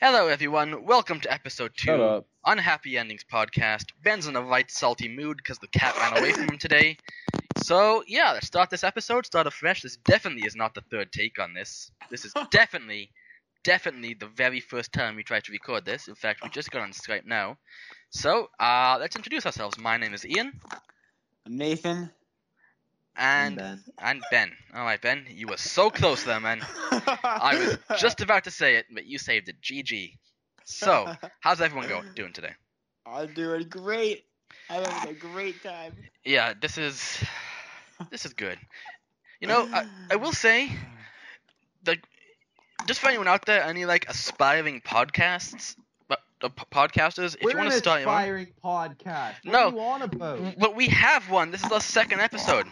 Hello, everyone. Welcome to episode two, Shut up. Unhappy Endings podcast. Ben's in a right salty mood because the cat ran away from him today. So yeah, let's start this episode. Start afresh. This definitely is not the third take on this. This is definitely, definitely the very first time we tried to record this. In fact, we just got on Skype now. So uh, let's introduce ourselves. My name is Ian, I'm Nathan. and uh, Ben. and Ben. All right, Ben, you were so close there, man. I was just about to say it, but you saved it. GG. So, how's everyone going doing today? I'm doing great. I'm having a great time. Yeah, this is this is good. You know, I, I will say, like, just for anyone out there, any like aspiring podcasts, but uh, p- podcasters, if We're you want an to start your own, aspiring podcast. What No. do you want about? but we have one. This is our second episode.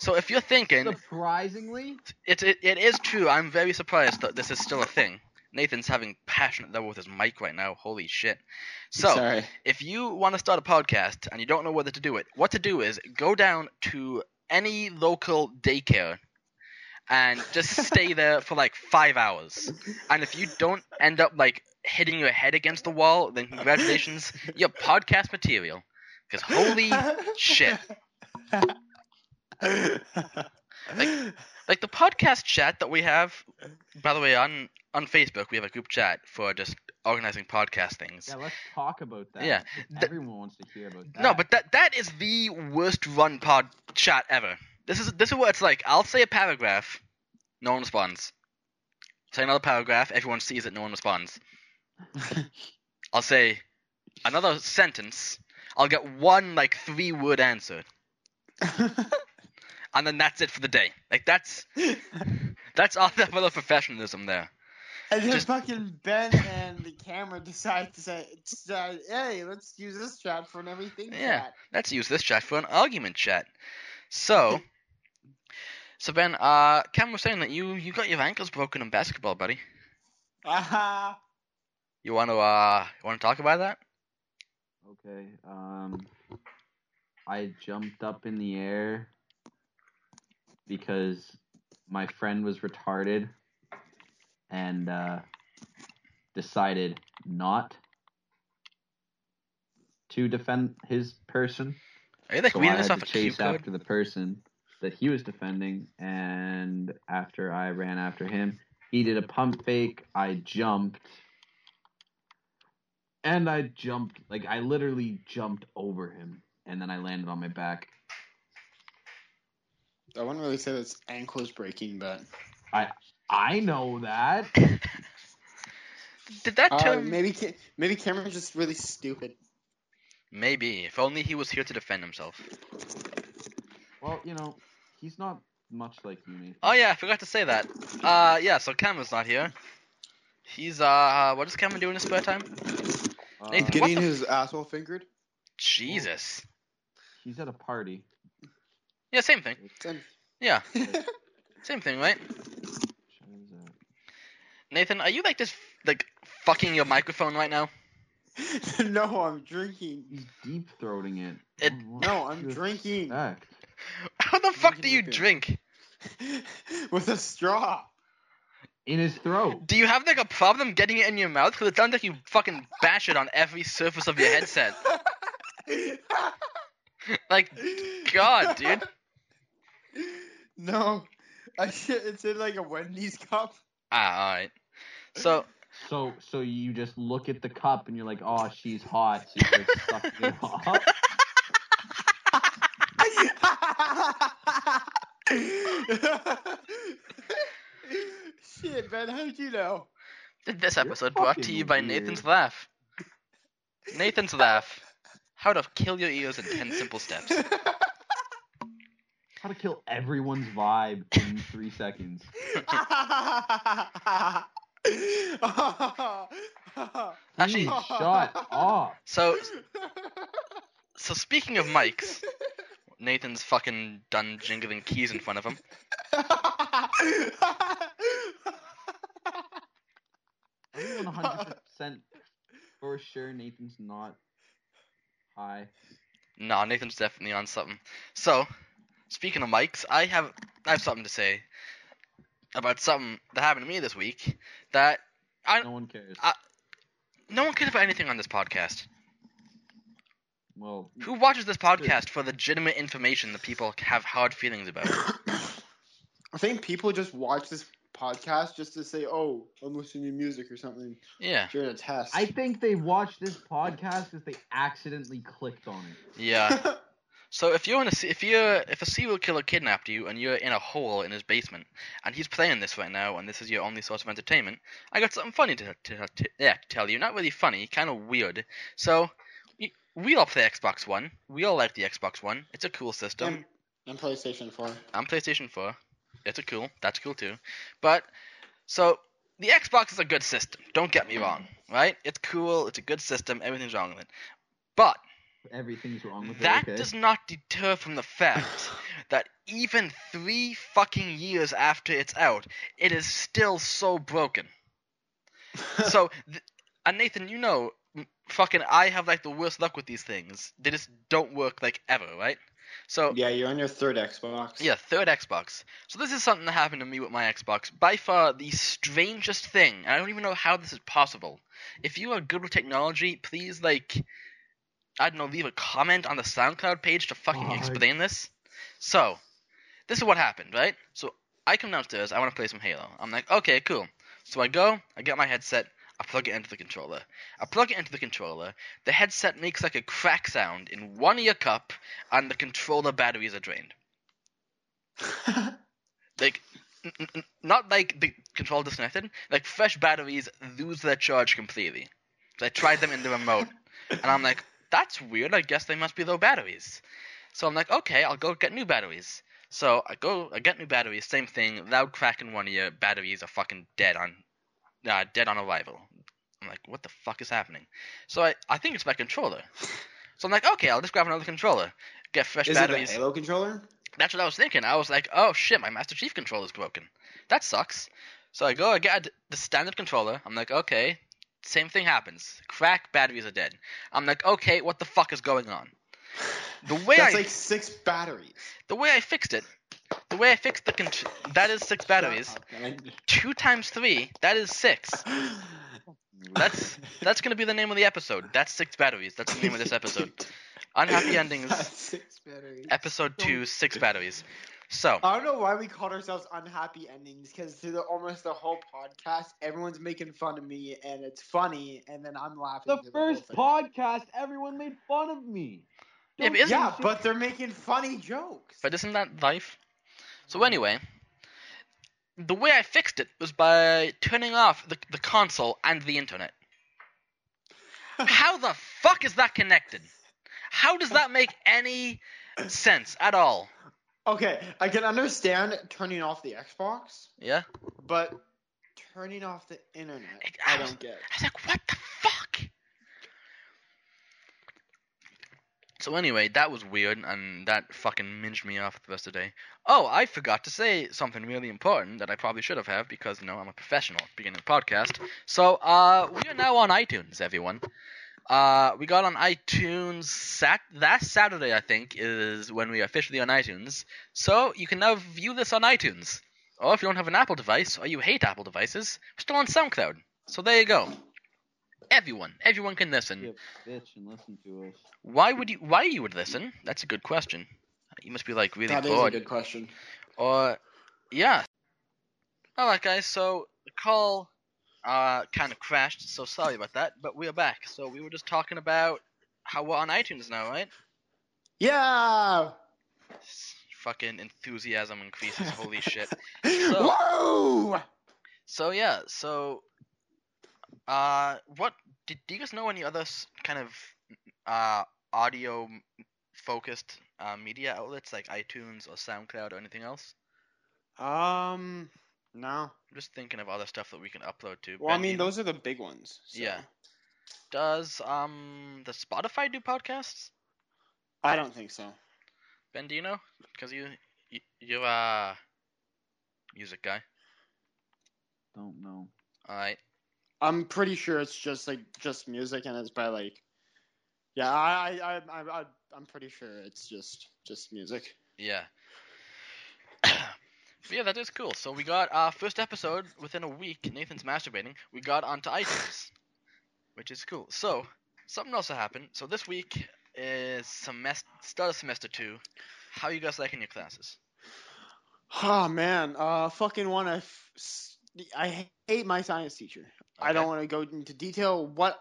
So if you're thinking, Surprisingly, it's it, it is true. I'm very surprised that this is still a thing. Nathan's having passionate level with his mic right now. Holy shit! So. Sorry. if you want to start a podcast and you don't know whether to do it, what to do is go down to any local daycare and just stay there for like five hours. And if you don't end up like hitting your head against the wall, then congratulations, you're podcast material. Because holy shit. Like the podcast chat that we have, by the way, on on Facebook, we have a group chat for just organizing podcast things. yeah. Let's talk about that. Yeah, th- everyone wants to hear about that. No, but that that is the worst run pod chat ever. This is this is what it's like. I'll say a paragraph, no one responds. Say another paragraph, everyone sees it, no one responds. I'll say another sentence, I'll get one like three word answer, and then that's it for the day. Like that's that's our level of professionalism there. And then Just- fucking Ben and the camera decide to say, decide, "Hey, let's use this trap for an everything Yeah. chat." Let's use this chat for an argument chat. So So Ben, uh Cam was saying that you you got your ankles broken in basketball, buddy. Aha! You want to uh, you want to talk about that? okay. Um, I jumped up in the air because my friend was retarded and uh, decided not to defend his person. Are you like So I reading this had off to a cue chase code? after the person that he was defending, and after I ran after him, he did a pump fake. I jumped, and I jumped like I literally jumped over him, and then I landed on my back. I wouldn't really say that's ankles breaking, but I know that. Did that uh, term? maybe Ca- maybe Cameron's just really stupid. Maybe. If only he was here to defend himself. Well, you know, he's not much like you, Nathan. Oh yeah, I forgot to say that. Uh, yeah. So Cameron's not here. He's uh, what does Cameron do in his spare time? Uh, Nathan, Get- Getting What the- his asshole fingered. Jesus. he's at a party. Yeah, same thing. Yeah, same thing, right? Shows up. Nathan, are you like just like fucking your microphone right now? no, I'm drinking. He's deep throating it. It- What No, I'm the drinking heck? How the can fuck do look you at it. drink? with a straw. In his throat. Do you have like a problem getting it in your mouth? Because it sounds like you fucking bash it on every surface of your headset. Like, God, dude. No, I should, it's in like a Wendy's cup. ah, all right. So So so you just look at the cup and you're like, oh, she's hot. So you like sucking it off. Shit, Ben, how'd you know? This You're episode brought to you fucking by weird. Nathan's Laugh. Nathan's Laugh. How to kill your ears in 10 simple steps. How to kill everyone's vibe in three seconds. Actually- Please shut off. So, so speaking of mics, Nathan's fucking done jingling keys in front of him. I'm 100 percent for sure. Nathan's not high. Nah, Nathan's definitely on something. So, speaking of mics, I have I have something to say about something that happened to me this week that No one cares. I- No one cares about anything on this podcast. Well, Who watches this podcast for legitimate information that people have hard feelings about? I think people just watch this podcast just to say, "Oh, I'm listening to music or something." Yeah, during a test. I think they watched this podcast because they accidentally clicked on it. yeah. So if you're in a se- if you're if a serial killer kidnapped you and you're in a hole in his basement and he's playing this right now and this is your only source of entertainment, I got something funny to to, to yeah to tell you. Not really funny, kind of weird. So we, we all play Xbox One. We all like the Xbox One. It's a cool system. and, and PlayStation Four. I'm PlayStation 4. It's a cool. That's cool too. But so the Xbox is a good system. Don't get me wrong, right? It's cool. It's a good system. Everything's wrong with it. But Everything's wrong Mm-hmm. with that it. okay? does not deter from the fact that even three fucking years after it's out, it is still so broken. so, th- and Nathan, you know, m- fucking, I have like the worst luck with these things. They just don't work like ever, right? So yeah, you're on your third Xbox. yeah, third Xbox. So this is something that happened to me with my Xbox. By far the strangest thing. and I don't even know how this is possible. If you are good with technology, please like I don't know, leave a comment on the SoundCloud page to fucking Oh, I- explain this. So, this is what happened, right? So I come downstairs, I want to play some Halo. I'm like, okay, cool. So I go, I get my headset, I plug it into the controller. I plug it into the controller, the headset makes like a crack sound in one ear cup, and the controller batteries are drained like n- n- n- not like the control disconnected like fresh batteries lose their charge completely so i tried them in the remote and i'm like that's weird i guess they must be low batteries so i'm like okay i'll go get new batteries so i go i get new batteries same thing loud crack in one ear batteries are fucking dead on uh, dead on arrival i'm like what the fuck is happening so i, I think it's my controller so i'm like okay i'll just grab another controller get fresh Is it batteries the Halo controller? that's what I was thinking. I was like, oh shit, my Master Chief controller's broken. That sucks. So I go, I get the standard controller. I'm like, okay. Same thing happens. Crack, batteries are dead. I'm like, okay, what the fuck is going on? The way That's I like six batteries. the way I fixed it, the way I fixed the con- that is six batteries. Oh, Two times three, that is six. That's that's gonna be the name of the episode. That's six batteries. That's the name of this episode. Unhappy endings, That's six batteries. episode two, six batteries. So I don't know why we called ourselves unhappy endings because through the, almost the whole podcast, everyone's making fun of me and it's funny, and then I'm laughing. the through whole first thing. podcast, everyone made fun of me. Yeah, but isn't- Yeah, but they're making funny jokes. But isn't that life? So anyway, the way I fixed it was by turning off the, the console and the internet. How the fuck is that connected? How does that make any sense at all? okay, I can understand turning off the Xbox, Yeah? but turning off the internet, It- I don't get. I was like, what the fuck? So anyway, that was weird, and that fucking minged me off the rest of the day. Oh, I forgot to say something really important that I probably should have have because you know I'm a professional at the beginning of the podcast. So uh, we are now on iTunes, everyone. Uh, we got on iTunes sat last Saturday, I think, is when we are officially on iTunes. So you can now view this on iTunes. Or if you don't have an Apple device, or you hate Apple devices, we're still on SoundCloud. So there you go. Everyone, everyone can listen. Be a bitch and listen to us. Why would you? Why you would listen? That's a good question. You must be like really That is bored, a good question. or yeah. All right, guys. So the call uh kind of crashed, so sorry about that. But we are back. So we were just talking about how we're on iTunes now, right? Yeah. Fucking enthusiasm increases. Holy shit. Whoa! So yeah, so uh, what did do you guys know any other s- kind of uh audio m- focused uh, media outlets like iTunes or SoundCloud or anything else? Um, no. I'm just thinking of other stuff that we can upload to. Well, I Ben, do mean, you know- those are the big ones. so. Yeah. does um the Spotify do podcasts? I don't think so. Ben, do you know? Because you you you're a music guy. Don't know. All right. I'm pretty sure it's just like just music, and it's by like, yeah, I, I, I, I I'm pretty sure it's just just music. Yeah. But yeah, that is cool. So we got our first episode within a week. Nathan's masturbating. We got onto iTunes. which is cool. So something also happened. So this week is semester start of semester two. How you guys liking your classes? Oh man, uh, fucking want to. F- s- I hate my science teacher. I don't Okay. want to go into detail what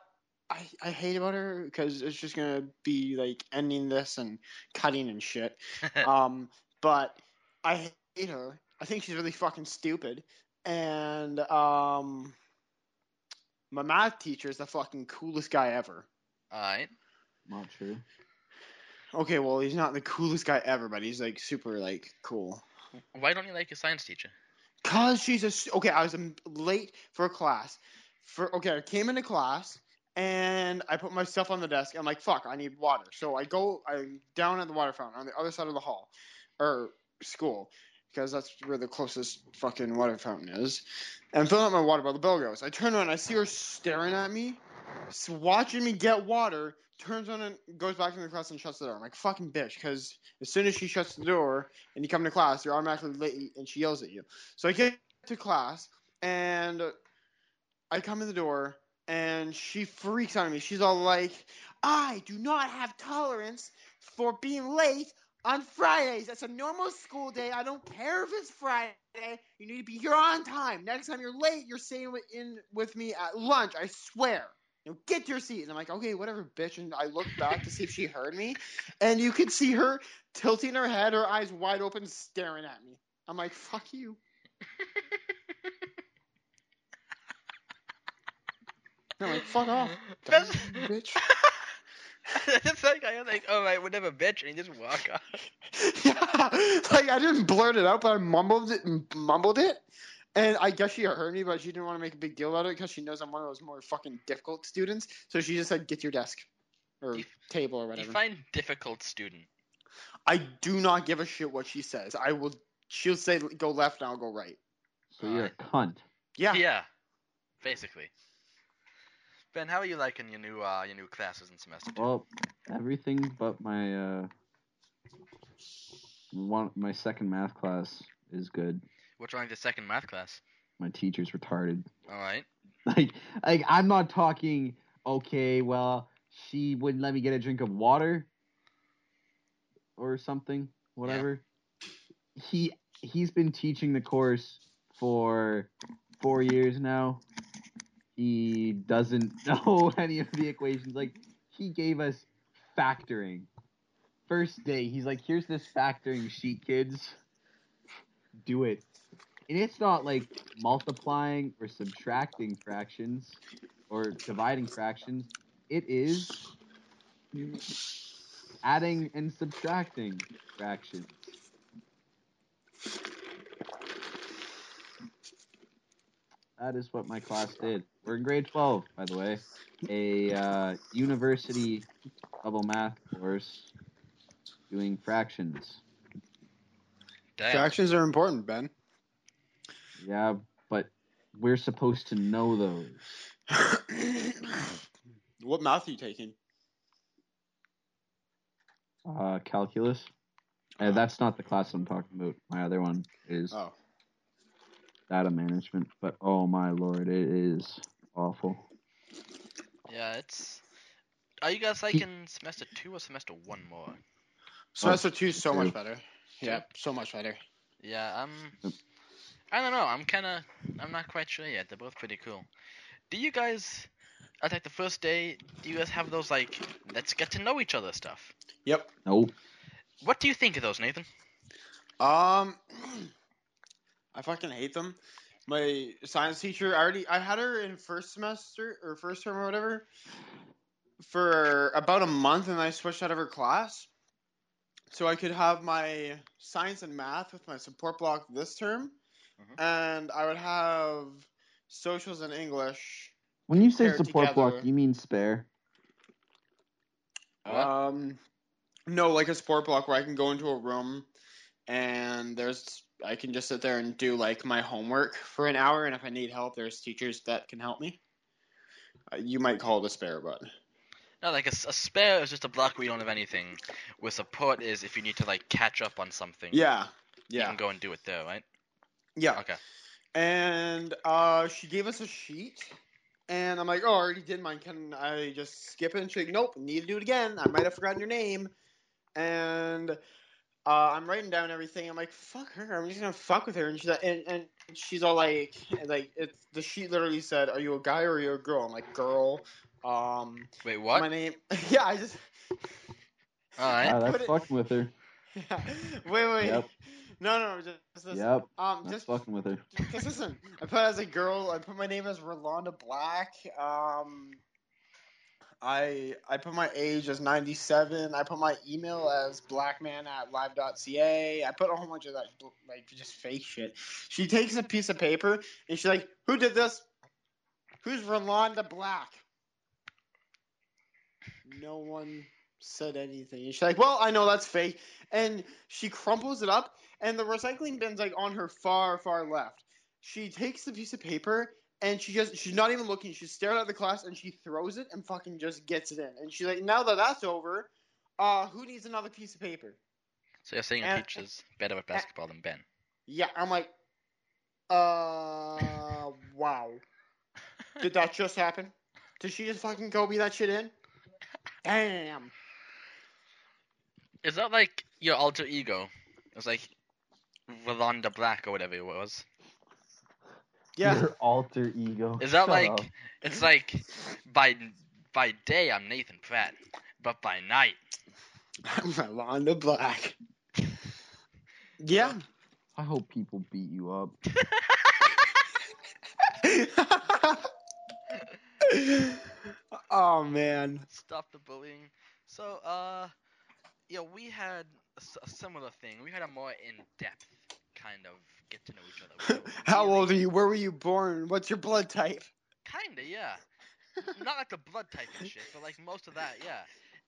I, I hate about her because it's just gonna be like ending this and cutting and shit. um, but I hate her. I think she's really fucking stupid. And um, my math teacher is the fucking coolest guy ever. All right. Not true. Okay, well he's not the coolest guy ever, but he's like super like cool. Why don't you like your science teacher? Cause she's a s- okay. I was um, late for class. For okay, I came into class and I put my stuff on the desk. I'm like, fuck, I need water. So I go, I'm down at the water fountain on the other side of the hall, or school, because that's where the closest fucking water fountain is. And I'm filling up my water bottle. The bell goes. I turn around. I see her staring at me, s- watching me get water. Turns on and goes back into the class and shuts the door. I'm like, fucking bitch, because as soon as she shuts the door and you come to class, you're automatically late and she yells at you. So I get to class and I come in the door and she freaks out at me. She's all like, I do not have tolerance for being late on Fridays. That's a normal school day. I don't care if it's Friday. You need to be here on time. Next time you're late, you're staying wi- in with me at lunch. I swear. Now get to your seat. And I'm like, okay, whatever, bitch. And I look back to see if she heard me. And you could see her tilting her head, her eyes wide open, staring at me. I'm like, fuck you. No, like, fuck off. That's, bitch. that's like I was like, oh right, whatever, bitch, and you just walk off. yeah, like I didn't blurt it out, but I mumbled it, mumbled it, and I guess she heard me, but she didn't want to make a big deal about it because she knows I'm one of those more fucking difficult students. So she just said, "Get to your desk or Do you- table or You whatever." find difficult student. I do not give a shit what she says. I will. She'll say, "Go left," and I'll go right. So you're a cunt. Yeah. Yeah, basically. Ben, how are you liking your new uh, your new classes in semester two? Well, everything but my uh, one my second math class is good. What's wrong with your second math class? My teacher's retarded. All right. Like, like I'm not talking. Okay, well, she wouldn't let me get a drink of water, or something, whatever. He he's been teaching the course for four years now. He doesn't know any of the equations. Like, he gave us factoring. First day, he's like, "Here's this factoring sheet, kids. Do it." And it's not like multiplying or subtracting fractions or dividing fractions. It is adding and subtracting fractions. That is what my class did. We're in grade 12, by the way. A uh, university level math course doing fractions. Damn. Fractions are important, Ben. Yeah, but we're supposed to know those. what mouth are you taking? Uh, calculus. Uh-huh. Uh, that's not the class I'm talking about. My other one is Oh, data management, but oh my lord, it is awful. Yeah, it's. Are you guys liking semester two or semester one more? semester two is so two. much better. Yeah, so much better. Yeah, I'm. I don't know. I'm kind of. I'm not quite sure yet. They're both pretty cool. Do you guys, at like the first day, do you guys have those like let's get to know each other stuff? Yep. Nope. What do you think of those, Nathan? Um, I fucking hate them. My science teacher, I already, I had her in first semester or first term or whatever for about a month, and I switched out of her class so I could have my science and math with my support block this term, Mhm. and I would have socials and English. When you say Pair support block, together. do you mean spare? What? Um, no, like a sport block where I can go into a room and there's I can just sit there and do like my homework for an hour, and if I need help, there's teachers that can help me. Uh, you might call it a spare, but No, like a, s- a spare is just a block where you don't have anything. Where support is if you need to like catch up on something. yeah, You yeah, can go and do it there, right? yeah. Okay. And uh, she gave us a sheet And I'm like, oh, I already did mine. Can I just skip it? And she's like, nope, need to do it again. I might have forgotten your name. And uh, I'm writing down everything. I'm like, fuck her. I'm just gonna fuck with her. And she's like, and, and she's all like, and like it's the sheet literally said, are you a guy or are you a girl? I'm like, girl. Um, Wait, what? my name. yeah, I just. All right. Ah, that's Put it- fucking with her. Yeah. Wait, wait. Yep. No, no, just, just listen. Yep, Um, that's just, fucking with her. just listen. I put as a girl. I put my name as Rolanda Black. Um, I I put my age as ninety seven. I put my email as blackman at live.ca. I put a whole bunch of that bl- like just fake shit. She takes a piece of paper and she's like, "Who did this? Who's Rolanda Black?" No one said anything. And she's like, "Well, I know that's fake." And she crumples it up and the recycling bin's like on her far, far left. She takes the piece of paper and she just she's not even looking. She's staring at the class and she throws it and fucking just gets it in. And she's like, now that that's over, uh, who needs another piece of paper? So you're saying your and- teacher's better at basketball than Ben? Yeah, I'm like, uh, wow. Did that just happen? Did she just fucking Kobe that shit in? Damn. Is that like your alter ego? It's like Rolanda Black or whatever it was. Yeah. Your alter ego. Is that Shut like up. it's like by by day I'm Nathan Pratt, but by night Rolanda Black. Yeah. I hope people beat you up. oh man. stop the bullying. So uh, yeah, we had a, s- a similar thing. We had a more in depth kind of get to know each other. We were How really- old are you? Where were you born? What's your blood type? Kinda, yeah. Not like the blood type and shit, but like most of that, yeah.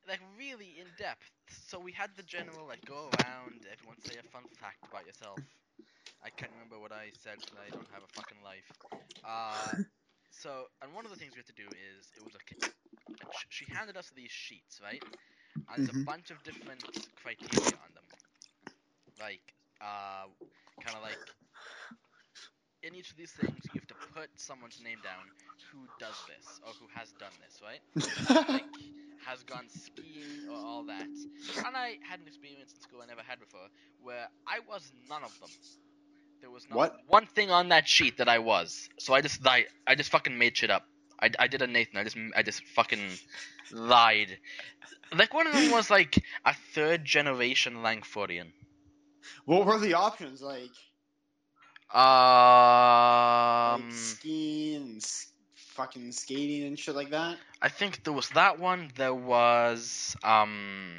Like really in depth. So we had the general like go around, everyone say a fun fact about yourself. I can't remember what I said because I don't have a fucking life. Uh, so and one of the things we had to do is it was like, like sh- she handed us these sheets, right? And there's a Mhm. bunch of different criteria on them, like uh, kind of like in each of these things you have to put someone's name down who does this or who has done this, right? like has gone skiing or all that. And I had an experience in school I never had before where I was none of them. There was not What? one thing on that sheet that I was. So I just I, I just fucking made shit up. I, I did a Nathan. I just I just fucking lied. Like one of them was like a third generation Langfordian. what were the options like? Um, like skiing, and s- fucking skating, and shit like that. I think there was that one. There was um.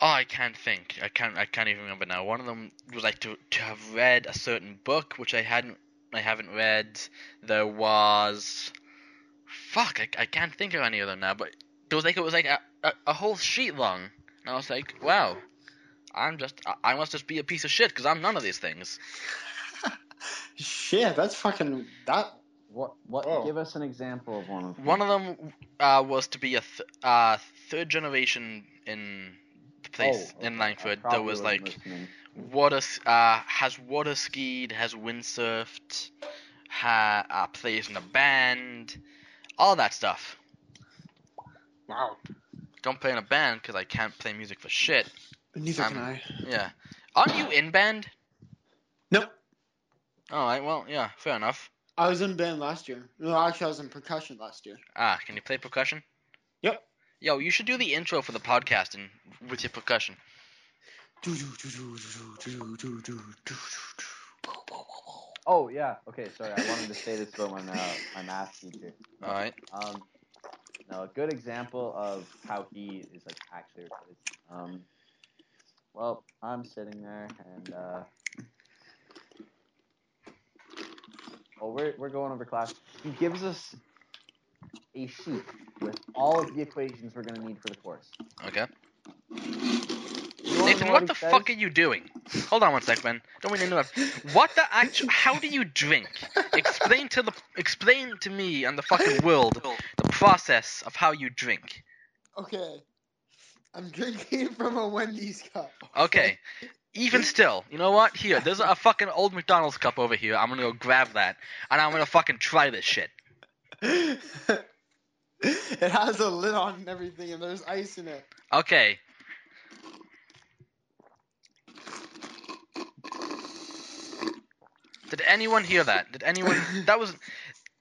Oh, I can't think. I can't. I can't even remember now. One of them was like to to have read a certain book, which I hadn't. I haven't read. There was. Fuck! I, I can't think of any of them now. But it was like it was like a, a, a whole sheet long, and I was like, wow. I'm just. I- I must just be a piece of shit because I'm none of these things. Shit, that's fucking that. What? What? Oh. Give us an example of one of them. One of them uh, was to be a th- uh, third generation in the place Oh, okay. in I Langford. There probably was wasn't like listening. water s- uh, has water skied, has windsurfed, ha- uh, plays in a band, all that stuff. Wow. Don't play in a band because I can't play music for shit. Neither I'm- can I. Yeah, aren't you in band? Nope. All right, well, yeah, fair enough. I was in band last year. No, actually, I was in percussion last year. Ah, can you play percussion? Yep. Yo, you should do the intro for the podcast and with your percussion. Oh yeah. Okay. Sorry, I wanted to say this about my uh, my math teacher. All right. Um, no, a good example of how he is like actually retarded. Um, well, I'm sitting there and uh, well, we're we're going over class. He gives us a sheet with all of the equations we're gonna need for the course. Okay. You wanna Nathan, know what he the says? fuck are you doing? Hold on one sec, man. Don't mean to interrupt. What the actual? How do you drink? Explain to the explain to me and the fucking world the process of how you drink. Okay. I'm drinking from a Wendy's cup. Okay, Even still, you know what? Here, there's a fucking old McDonald's cup over here. I'm gonna go grab that, and I'm gonna fucking try this shit. it has a lid on and everything, and there's ice in it. Okay. Did anyone hear that? Did anyone? That was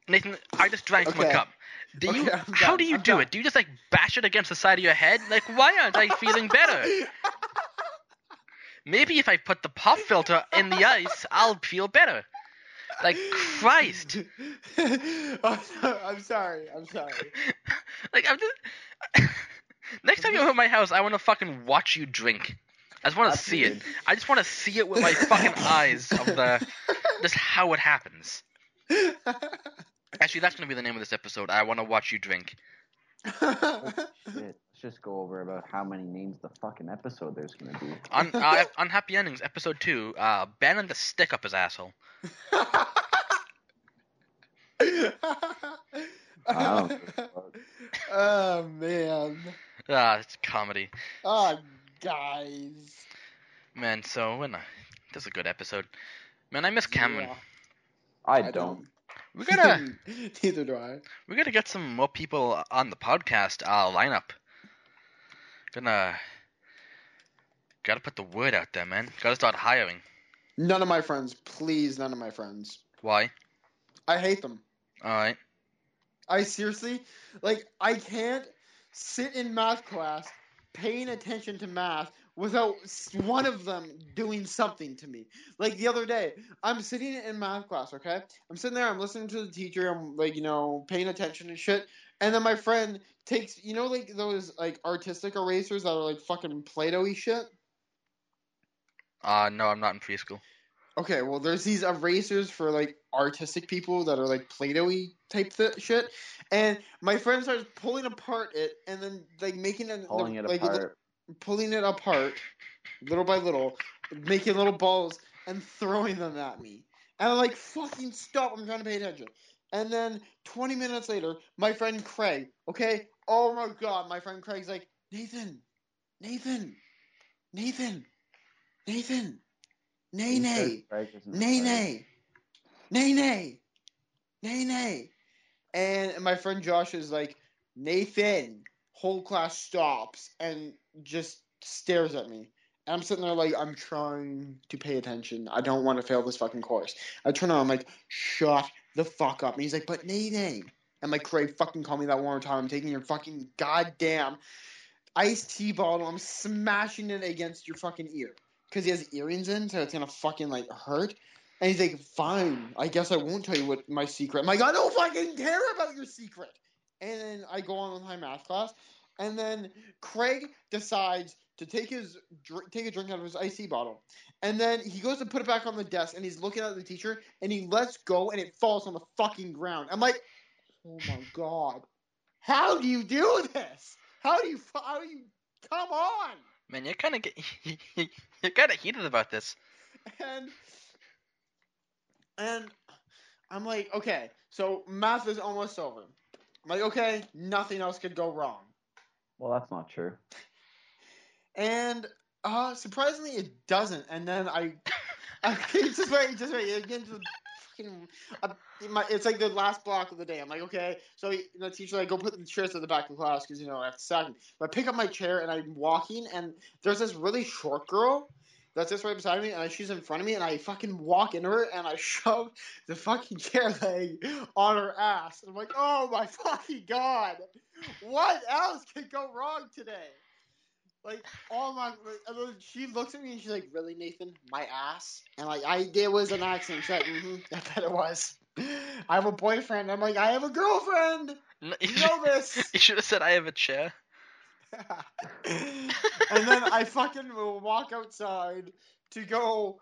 Nathan. I just drank from a Okay. cup. Do Okay, you? I'm How done, do you I'm do done. it? Do you just like bash it against the side of your head? Like, why aren't I feeling better? Maybe if I put the pop filter in the ice, I'll feel better. Like Christ! Oh, no, I'm sorry. I'm sorry. Like I'm just. Next time you come over my house, I want to fucking watch you drink. I just want to That's see it. good. I just want to see it with my fucking eyes of the just how it happens. Actually, that's gonna be the name of this episode. I want to watch you drink. Shit, let's just go over about how many names the fucking episode there's gonna be. Un- uh, Unhappy Endings, episode two. Uh, Ben and the stick up his asshole. Wow. oh man. Ah, it's comedy, Oh guys. man. So when I, this is a good episode, man. I miss Cameron. Yeah, I don't. We gotta Neither do I. We gotta get some more people on the podcast uh, lineup. Gonna gotta put the word out there, man. Gotta start hiring. None of my friends, please, none of my friends. Why? I hate them. All right. I seriously, like, I can't sit in math class paying attention to math without s- one of them doing something to me. Like the other day, I'm sitting in math class, okay? I'm sitting there, I'm listening to the teacher, I'm like, you know, paying attention and shit. And then my friend takes, you know, like those like artistic erasers that are like fucking Play-Doh-y shit. Uh no, I'm not in preschool. Okay, well, there's these erasers for like artistic people that are like Play-Doh-y type th- shit, and my friend starts pulling apart it and then like making an, Pulling it like, apart. li- pulling it apart, little by little, making little balls and throwing them at me, and I'm like, "Fucking stop! I'm trying to pay attention." And then 20 minutes later, my friend Craig, okay, oh my god, my friend Craig's like, "Nathan, Nathan, Nathan, Nathan, nay nay." Nay, nay. Nay, nay. Nay, nay. And my friend Josh is like, Nathan. Whole class stops and just stares at me. And I'm sitting there like, I'm trying to pay attention. I don't want to fail this fucking course. I turn around, I'm like, shut the fuck up. And he's like, but Nay, nay. I'm like, Craig, fucking call me that one more time. I'm taking your fucking goddamn iced tea bottle. I'm smashing it against your fucking ear. Because he has earrings in, so it's gonna fucking like hurt. And he's like, fine, I guess I won't tell you what my secret. I'm like, I don't fucking care about your secret. And then I go on with my math class. And then Craig decides to take his dr- take a drink out of his icy bottle. And then he goes to put it back on the desk and he's looking at the teacher and he lets go and it falls on the fucking ground. I'm like, oh my god. How do you do this? How do you fu- how do you come on? Man, you're kind of get you're kind of heated about this. and and I'm like, okay, so math is almost over. I'm like, okay, nothing else could go wrong. Well, that's not true. And uh, surprisingly, it doesn't. And then I, I it's just wait, just wait, it gets to the fucking. Uh, my, it's like the last block of the day. I'm like, okay, so he- the teacher like go put the chairs at the back of class because you know I have to sack them. But I pick up my chair and I'm walking, and there's this really short girl. That's just right beside me, and she's in front of me, and I fucking walk into her, and I shove the fucking chair leg on her ass. I'm like, oh my fucking god, what else could go wrong today? Like, oh my! and then She looks at me and she's like, "Really, Nathan? My ass?" And like, I it was an accident. She's like, mm-hmm, I bet it was. I have a boyfriend. I'm like, I have a girlfriend. N- You know this. You should have said I have a chair. and then I fucking will walk outside to go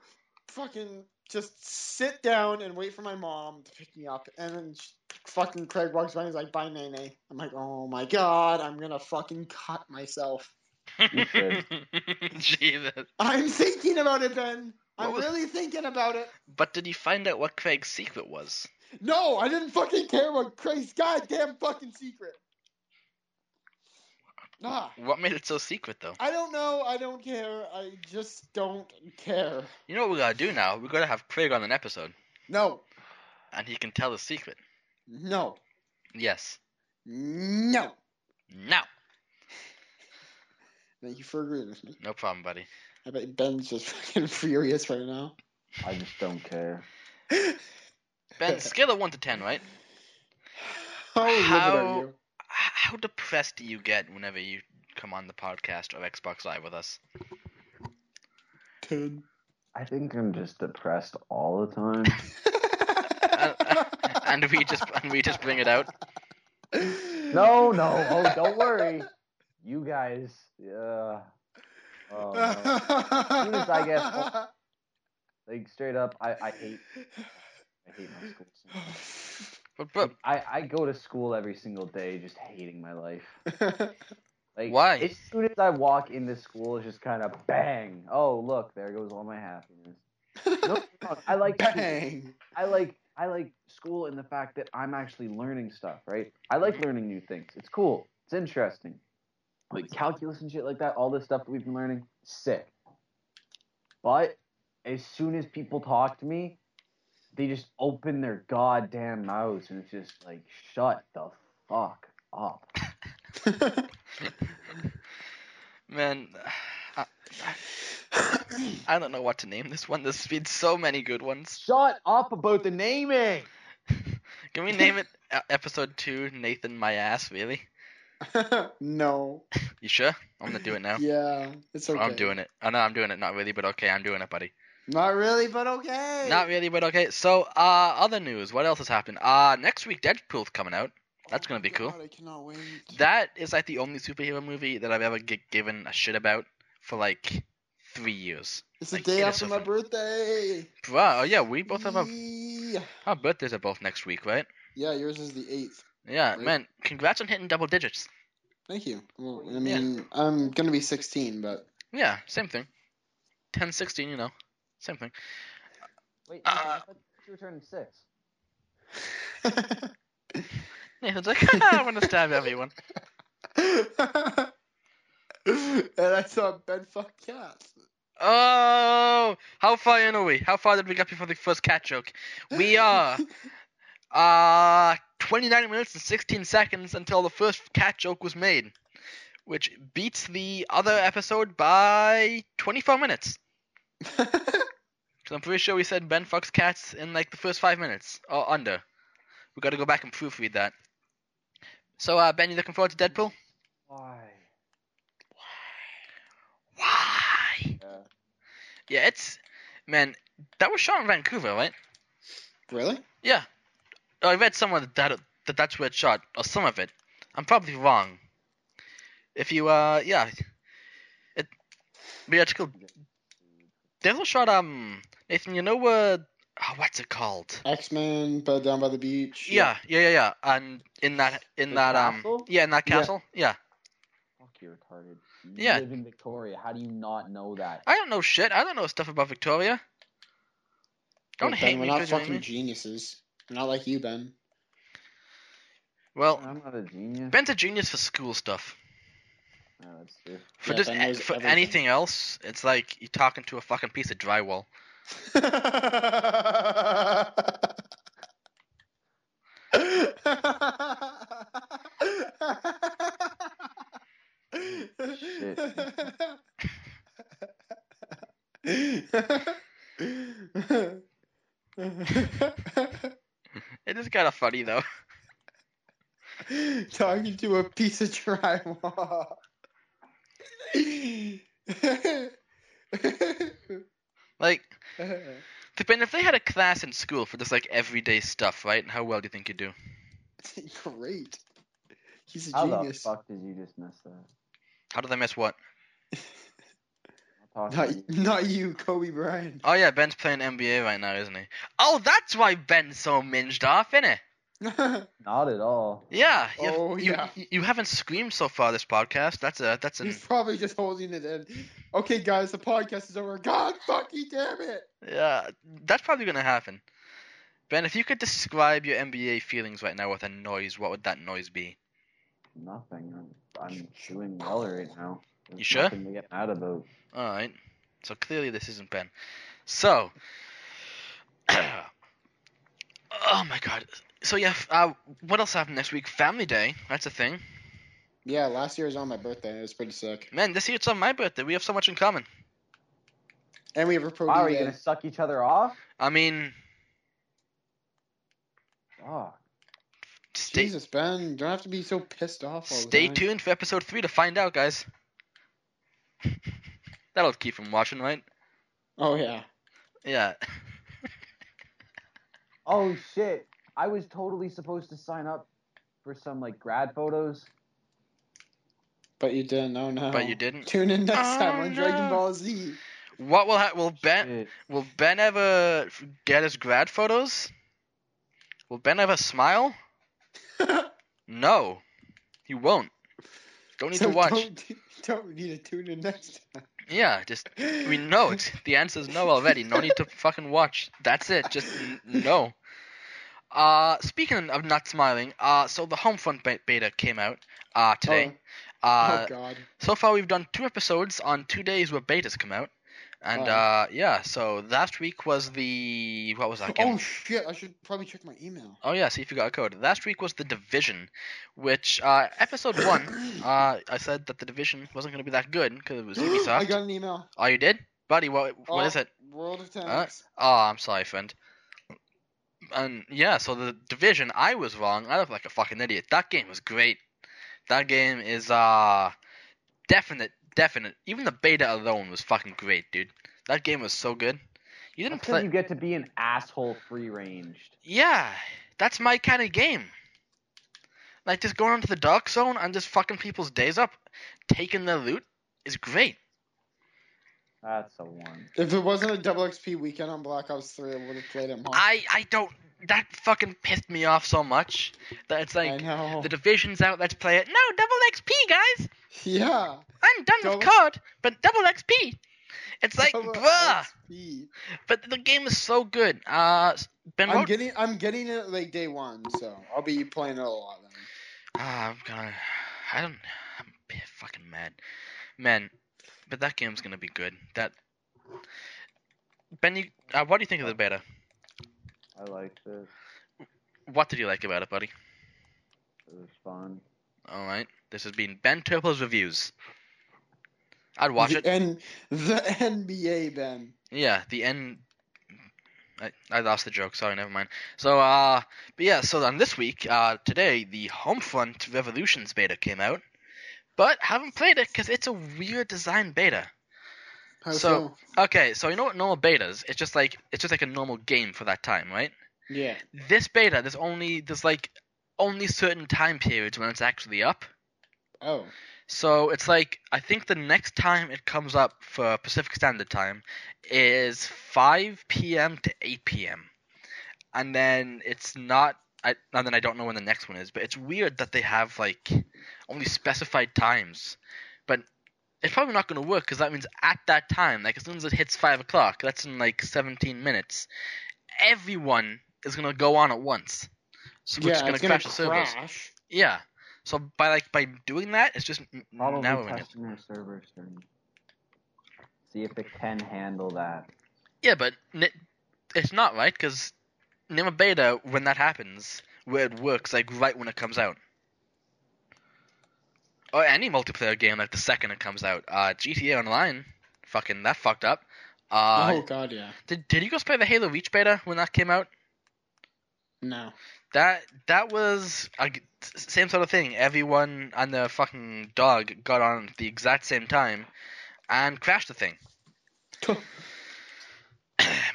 fucking just sit down and wait for my mom to pick me up. And then sh fucking Craig walks by and he's like, bye, Nene. I'm like, oh my god, I'm gonna fucking cut myself. You should. Jesus. I'm thinking about it, Ben. What I'm was- really thinking about it. But did you find out what Craig's secret was? No, I didn't fucking care about Craig's goddamn fucking secret. Nah. What made it so secret though? I don't know. I don't care. I just don't care. You know what we gotta do now? We gotta have Craig on an episode, No. and he can tell the secret. No. Yes. No. Now. Thank you for agreeing with me. No problem, buddy. I bet Ben's just fucking furious right now. I just don't care. Ben, scale of one to ten, right? How livid How- are you? H- How depressed do you get whenever you come on the podcast or Xbox Live with us? Ten. I think Mm. I'm just depressed all the time. And we just and we just bring it out. no, no. Oh, don't worry. You guys. Uh, oh, no. soon as I get- Like straight up, I, I hate I hate my school. so much. But bro, I, I go to school every single day just hating my life. Like Why? As soon as I walk into school, it's just kind of bang. Oh look, there goes all my happiness. No, no, I like Bang. I like I like school in the fact that I'm actually learning stuff, right? I like Mm-hmm. learning new things. It's cool. It's interesting. Like calculus and shit like that, all this stuff that we've been learning, sick. But as soon as people talk to me, they just open their goddamn mouths and it's just like, shut the fuck up. man, I, I don't know what to name this one. There's been so many good ones. Shut up about the naming. Can we name it uh, episode two? Nathan, my ass, really? no. You sure? I'm gonna do it now. Yeah, it's okay. I'm doing it. I know I'm doing it. Not really, but okay, I'm doing it, buddy. Not really, but okay. Not really, but okay. So, uh, other news. What else has happened? Uh, next week, Deadpool's coming out. That's gonna be cool. God, I cannot wait. That is like the only superhero movie that I've ever g- given a shit about for like three years. it's the like, day it is after so my fun. birthday. Wow. Yeah, we both have our, yeah. our birthdays are both next week, right? yeah, yours is the eighth. Yeah, Right. man. Congrats on hitting double digits. Thank you. Well, I mean, I'm gonna be 16, but Yeah, same thing. 10, 16, you know, same thing. Wait, Uh, Ethan, I thought you were turning six. Nathan's like, "Haha, I'm gonna stab everyone. and I saw Ben fuck cats. Oh, how far in are we? How far did we get before the first cat joke? We are uh 29 minutes and 16 seconds until the first cat joke was made, which beats the other episode by 24 minutes. Because I'm pretty sure we said Ben fucks cats in like the first five minutes or under. We got to go back and proofread that. So, uh, Ben, you looking forward to Deadpool? Why? Why? Yeah. Yeah, it's man. That was shot in Vancouver, right? really? Yeah, I read somewhere that, that that that's where it shot, or some of it. I'm probably wrong. If you uh, yeah, it. But yeah, it's cool. They also shot um Nathan. You know where? Oh, what's it called? X Men, but down by the beach. Yeah, yeah, yeah, yeah. And in that, in The that, um, castle? yeah, in that Yeah. castle. Yeah. Fuck, you're retarded. You Yeah. live in Victoria. How do you not know that? I don't know shit. I don't know stuff about Victoria. Don't Look, hate ben, me We're for not doing fucking it. geniuses. We're not like you, Ben. Well, I'm not a genius. Ben's a genius for school stuff. No, that's true. For Yeah, just Ben a- knows for everything. anything else, it's like you're talking to a fucking piece of drywall. It is kind of funny though. Talking to a piece of drywall. Like, Ben, if they had a class in school for just like everyday stuff, right? How well do you think you do? Great. He's a How the genius. fuck did you just miss that? How did I miss what? I'll talk Not, to you. not you, Kobe Bryant. Oh yeah, Ben's playing NBA right now, isn't he? Oh, that's why Ben's so minged off, isn't it? Not at all. Yeah. you- Oh, you, yeah. You, haven't screamed so far this podcast. That's a that's an He's probably just holding it in. Okay, guys, the podcast is over. God fucking damn it! yeah. That's probably gonna happen. Ben, if you could describe your NBA feelings right now with a noise, what would that noise be? Nothing. I'm, I'm doing well right now. There's You sure? Nothing to get mad about. All right. So clearly this isn't Ben. So, oh my god. So yeah, f- uh, what else happened next week? Family Day. That's a thing. Yeah, last year was on my birthday. and It was pretty sick. Man, this year it's on my birthday. We have so much in common. And we have a pro Wow, are day. you gonna suck each other off? I mean, Oh, stay Jesus, Ben, you don't have to be so pissed off. All stay the time. tuned for episode three to find out, guys. That'll keep from watching, right? Oh yeah. Yeah. oh shit! I was totally supposed to sign up for some like grad photos. But you didn't. Oh no. But you didn't. Tune in next Oh, time on no. Dragon Ball Z. What will ha- will Ben Shit. Will Ben ever f- get his grad photos? Will Ben ever smile? No, he won't. Don't need So to watch. Don't, don't need to tune in next time. Yeah, just we know it. The answer is no already. No need to fucking watch. That's it. Just n- no. Uh, speaking of not smiling, uh, so the Homefront be- beta came out uh today. Oh, Uh, oh God. so far we've done two episodes on two days where betas come out, and Wow. uh, yeah. So last week was the what was that game? Oh shit! I should probably check my email. Oh yeah, see if you got a code. Last week was the division, which uh, episode one, uh, I said that the division wasn't going to be that good because it was I Ubisoft. got an email. oh, you did, buddy. What what Oh, is it? World of Uh, Tanks. oh, I'm sorry, friend. And yeah, so the division, I was wrong. I look like a fucking idiot. That game was great. That game is uh definite, definite. Even the beta alone was fucking great, dude. That game was so good. You didn't That's 'cause play? you get to be an asshole free ranged. Yeah, that's my kind of game. Like just going into the dark zone and just fucking people's days up, taking their loot is great. That's the one. if it wasn't a double XP weekend on Black Ops Three, I would have played it more. I I don't. That fucking pissed me off so much that it's I like know. the division's out. Let's play it. No double XP, guys. yeah. I'm done Double- with COD, but double XP. It's like Double bruh. XP. But the game is so good. Uh, Ben, I'm what? getting I'm getting it like day one, so I'll be playing it a lot then. Ah, I'm gonna. I don't. I'm p- fucking mad, man. But that game's gonna be good. That. Ben, you, uh, what do you think of the beta? I liked it. What did you like about it, buddy? It was fun. All right, this has been Ben Turple's reviews. I'd watch the it. N- the NBA, Ben. Yeah, the end. I, I lost the joke. Sorry, never mind. So, uh, but yeah. So on this week, uh, today the Homefront Revolutions beta came out, but haven't played it because it's a weird design beta. How So- Okay, so you know what normal betas? It's just like it's just like a normal game for that time, right? yeah, This beta, there's only there's like only certain time periods when it's actually up. oh, So it's like I think the next time it comes up for Pacific Standard Time is 5 p.m. to 8 p.m. And then it's not I, and then I don't know when the next one is, but it's weird that they have like only specified times. But it's probably not going to work because that means at that time, like as soon as it hits five o'clock, that's in like 17 minutes, everyone is going to go on at once, so which yeah, is going it's to gonna crash the servers. Yeah. So by like by doing that, it's just n- Probably narrowing it. testing their servers during. See if it can handle that. Yeah, but n- it's not right because Nima Beta, when that happens, where it works like right when it comes out, or any multiplayer game like the second it comes out. Uh, GTA Online, fucking that fucked up. Uh, oh God, yeah, did did you guys play the Halo Reach beta when that came out? no, That that was a g- s- same sort of thing. Everyone and their fucking dog got on at the exact same time, and crashed the thing.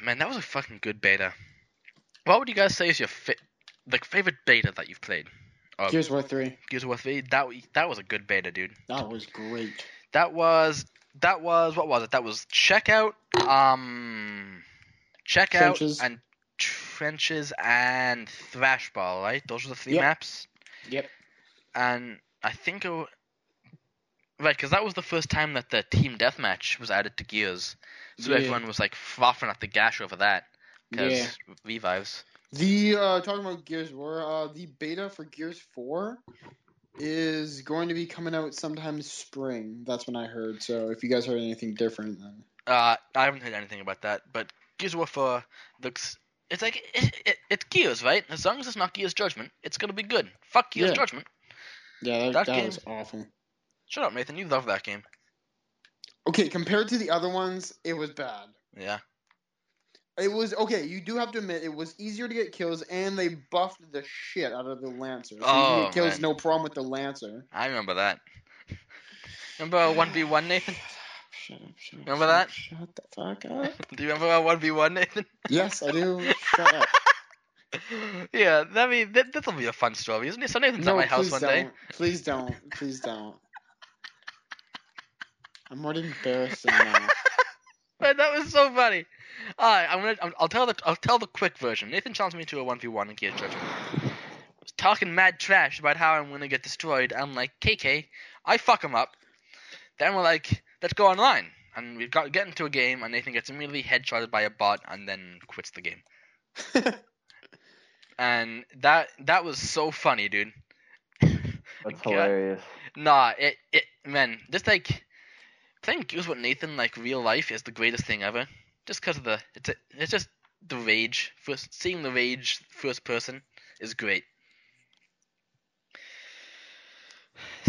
Man, that was a fucking good beta. What would you guys say is your fi- like favorite beta that you've played? Gears of War three. Gears of War 3? That w- that was a good beta, dude. That was great. That was that was what was it? That was checkout, um, checkout Trenches. and trenches and thrashball. Right, those were the three Yep. maps. Yep. And I think it w- right because that was the first time that the team deathmatch was added to Gears, so Yeah. everyone was like frothing at the gash over that because Yeah. revives. The uh, talking about Gears of War, uh, the beta for Gears four is going to be coming out sometime spring. That's when I heard. So if you guys heard anything different, then Uh, I haven't heard anything about that, but Gears of War 4 looks. It's like it, it, it's Gears, right? As long as it's not Gears Judgment, it's gonna be good. Fuck Gears Yeah. Judgment. yeah, that, That that, game- was awful. Shut up, Nathan. You love that game. Okay, compared to the other ones, it was bad. Yeah. It was okay. You do have to admit it was easier to get kills, and they buffed the shit out of the lancer. So Oh, you can get kills, man. no problem with the lancer. I remember that. Remember one v one, Nathan? Shut up, shut up, Remember shut up, that? Shut the fuck up. Do you remember one v one, Nathan? yes, I do. Shut up. yeah, I mean that that'll be a fun story, isn't it? So Nathan's at my house please one don't. day. Please don't. Please don't. I'm already embarrassed now. Man, that was so funny. Alright, I'm gonna I'm, I'll tell the I'll tell the quick version. Nathan challenged me to a one v one in Gears Judgment. Was talking mad trash about how I'm gonna get destroyed. I'm like, KK, I fuck him up. Then we're like, let's go online, and we got get into a game, and Nathan gets immediately headshotted by a bot, and then quits the game. And that that was so funny, dude. That's God. hilarious. Nah, it it man, just like playing Gears with Nathan like real life is the greatest thing ever. Just because of the it's a, it's just the rage first seeing the rage first person is great.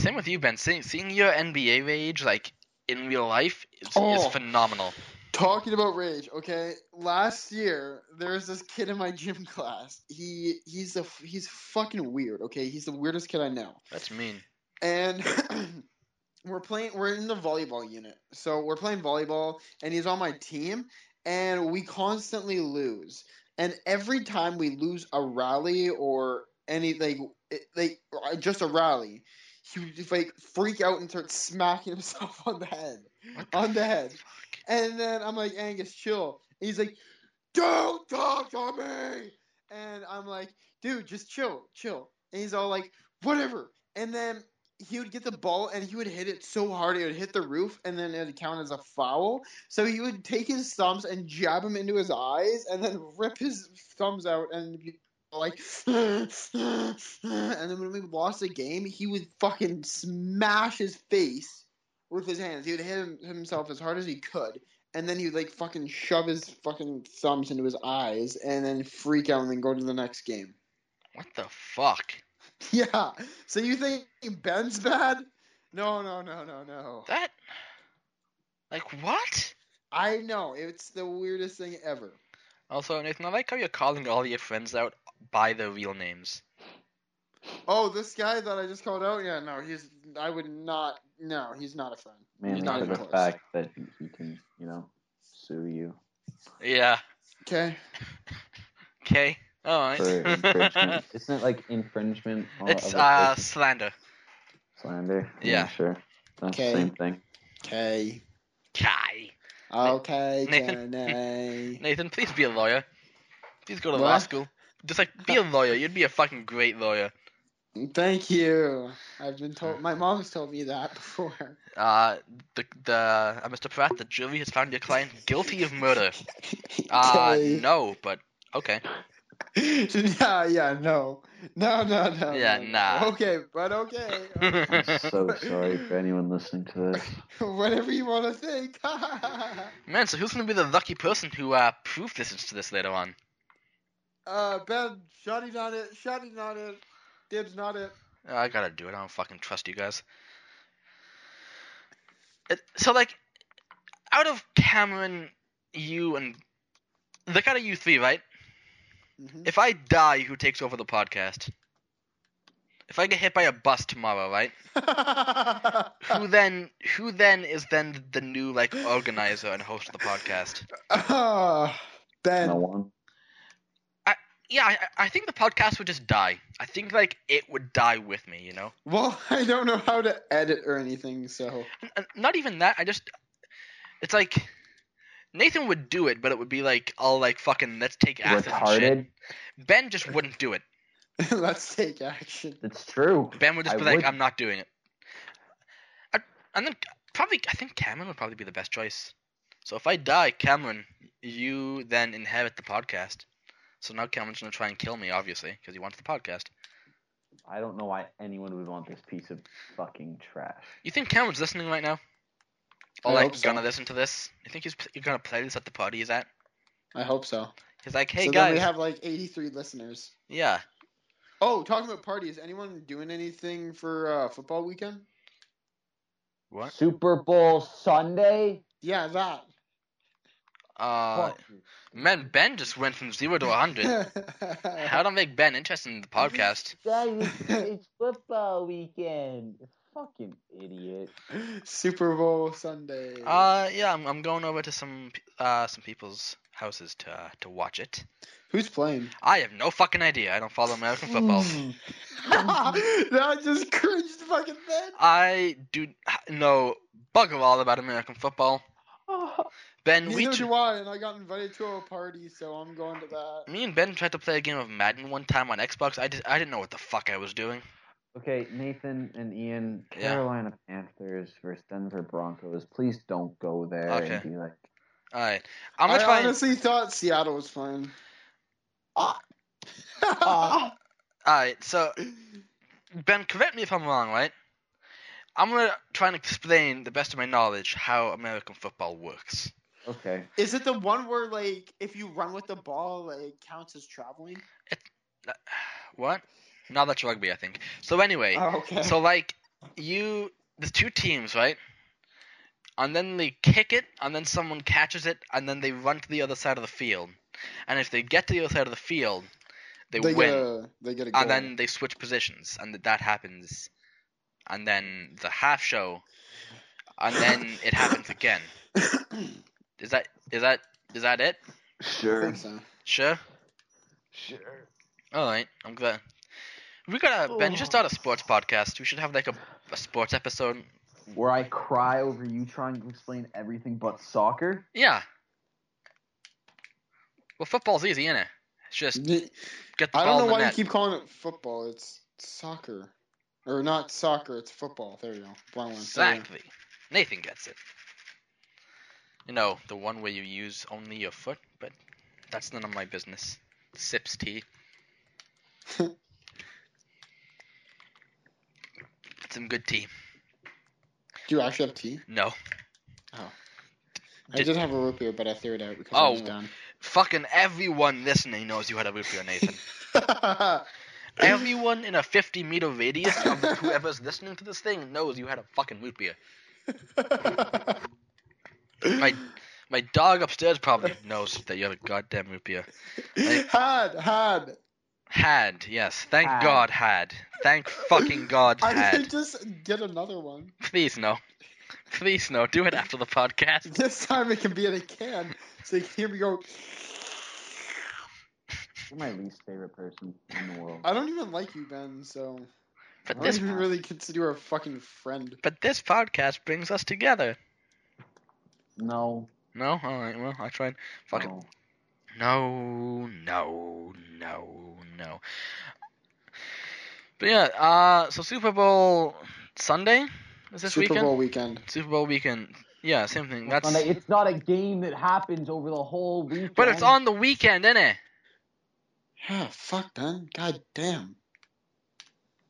Same with you, Ben. Seeing seeing your NBA rage like in real life is, is Oh. phenomenal. Talking about rage, okay. Last year, there was this kid in my gym class. He he's a he's fucking weird, okay. He's the weirdest kid I know. That's mean. and we're playing we're in the volleyball unit so we're playing volleyball and he's on my team and we constantly lose and every time we lose a rally or any like it- like uh, just a rally he would just, like freak out and start smacking himself on the head What the on the head fuck? and then i'm like angus chill and he's like don't talk to me and i'm like dude just chill chill and he's all like whatever and then he would get the ball and he would hit it so hard it would hit the roof and then it would count as a foul. So he would take his thumbs and jab him into his eyes and then rip his thumbs out and be like, and then when we lost the game, he would fucking smash his face with his hands. He would hit him, himself as hard as he could. And then he would like fucking shove his fucking thumbs into his eyes and then freak out and then go to the next game. What the fuck? Yeah. So you think Ben's bad? No, no, no, no, no. That like what? I know. It's the weirdest thing ever. Also, Nathan, I like how you're calling all your friends out by their real names. Oh, this guy that I just called out? Yeah, no, he's. I would not. No, he's not a friend. Mainly He's not for even the close. fact that he can, you know, sue you Yeah. Okay. Okay. All right. for infringement. Isn't it like infringement? on it's other uh person's slander. slander. I'm yeah. not sure. That's Okay. the same thing. Okay. Kai. Okay, Nathan. Jenny. Nathan, please be a lawyer. Please go to law What? school. Just like be a lawyer. You'd be a fucking great lawyer. Thank you. I've been told. My mom's told me that before. Uh, the the uh, Mr. Pratt, the jury has found your client guilty of murder. Uh, Okay. no, but okay. yeah, yeah, no. No, no, no. Yeah, no, no. nah. Okay, but okay. I'm so sorry for anyone listening to this. Whatever you want to think. Man, so who's gonna be the lucky person who uh proved this to this later on? uh, Ben, Shotty not it. Shotty not it. Dibs not it. Uh, I gotta do it. I don't fucking trust you guys. It, so like, out of Cameron, you and like out of you three, right? Mhm. If I die, who takes over the podcast? If I get hit by a bus tomorrow, right? Who then? Who then is then the new like organizer and host of the podcast? Ah, ben. No one. Yeah, I, I- I think the podcast would just die. I think like it would die with me, you know. Well, I don't know how to edit or anything, so. N- n- not even that. I just, it's like Nathan would do it, but it would be like all like fucking let's take acid and shit. Retarded. Ben just wouldn't do it. Let's take action. It's true. Ben would just I be like, would- I'm not doing it. I, and then probably I think Cameron would probably be the best choice. So if I die, Cameron, you then inherit the podcast. So now Cameron's gonna try and kill me, obviously, because he wants the podcast. I don't know why anyone would want this piece of fucking trash. You think Cameron's listening right now? Or I like hope so. gonna listen to this? You think he's you're gonna play this at the party he's at? I hope so. He's like, hey so then guys, we have like 83 listeners. yeah. Oh, talking about parties. Anyone doing anything for uh, football weekend? What? Super Bowl Sunday. Yeah, that. Uh, Fuck you. man, Ben just went from zero to a hundred. How to make Ben interested in the podcast? Guys, it's, it's football weekend. Fucking idiot. Super Bowl Sunday. Uh, yeah, I'm, I'm going over to some p- uh some people's houses to uh, to watch it. Who's playing? I have no fucking idea. I don't follow American football. Hmm. that just cringed fucking then. I do know bugger all about American football. Mm. Ben, we Neither t- do I, and I got invited to a party, so I'm going to that. me and Ben tried to play a game of Madden one time on Xbox. I, just, I didn't know what the fuck I was doing. Okay, Nathan and Ian, Yeah. Carolina Panthers versus Denver Broncos. Please don't go there Okay. and be like, All right, I'm gonna I try. and- honestly thought Seattle was fun. Uh, Ah. All right, so Ben, correct me if I'm wrong, right? I'm gonna try and explain the best of my knowledge how American football works. okay. Is it the one where like if you run with the ball, like counts as traveling? What? Now that's rugby, I think. So anyway, Oh, okay. so like you, there's two teams, right? And then they kick it, and then someone catches it, and then they run to the other side of the field. And if they get to the other side of the field, they, they win. Get a, they get a goal. and Ah, then they switch positions, and th- that happens, and then the half show, and then it happens again. Is that is that is that it? I Sure. think so. Sure. Sure. All right. I'm glad. We Oh. gotta Ben. You should start a sports podcast. We should have like a, a sports episode. Where I cry over you trying to explain everything but soccer. Yeah. Well, football's easy, innit? It's just get the ball I don't know in the why you net. keep calling it football. It's soccer, or not soccer. It's football. There you go. Wrong one. There you go. Exactly. Nathan gets it. You know, the one where you use only your foot, but that's none of my business. Sips tea. Some good tea. Do you actually have tea? No. I Did- did have a root beer, but I threw it out because I Oh. was done. Fucking everyone listening knows you had a root beer, Nathan. everyone in a 50 meter radius of whoever's listening to this thing knows you had a fucking root beer. My my dog upstairs probably knows that you have a goddamn root beer. had had. Had, yes. Thank Had. God, had. Thank fucking God, I had. could just get another one. Please no. Please no. Do it after the podcast. This time it can be in a can, so you can hear me go. You're my least favorite person in the world. I don't even like you, Ben. So I But don't this even really consider you a fucking friend. but this podcast brings us together. No. No? Alright, well, I tried. Fuck no. it. No, no, no, no. But yeah, uh so Super Bowl Sunday is this Super weekend? Bowl weekend. Super Bowl weekend. Yeah, same thing. That's Sunday, It's not a game that happens over the whole weekend. but it's on the weekend, isn't it? Yeah, fuck, Ben. God damn.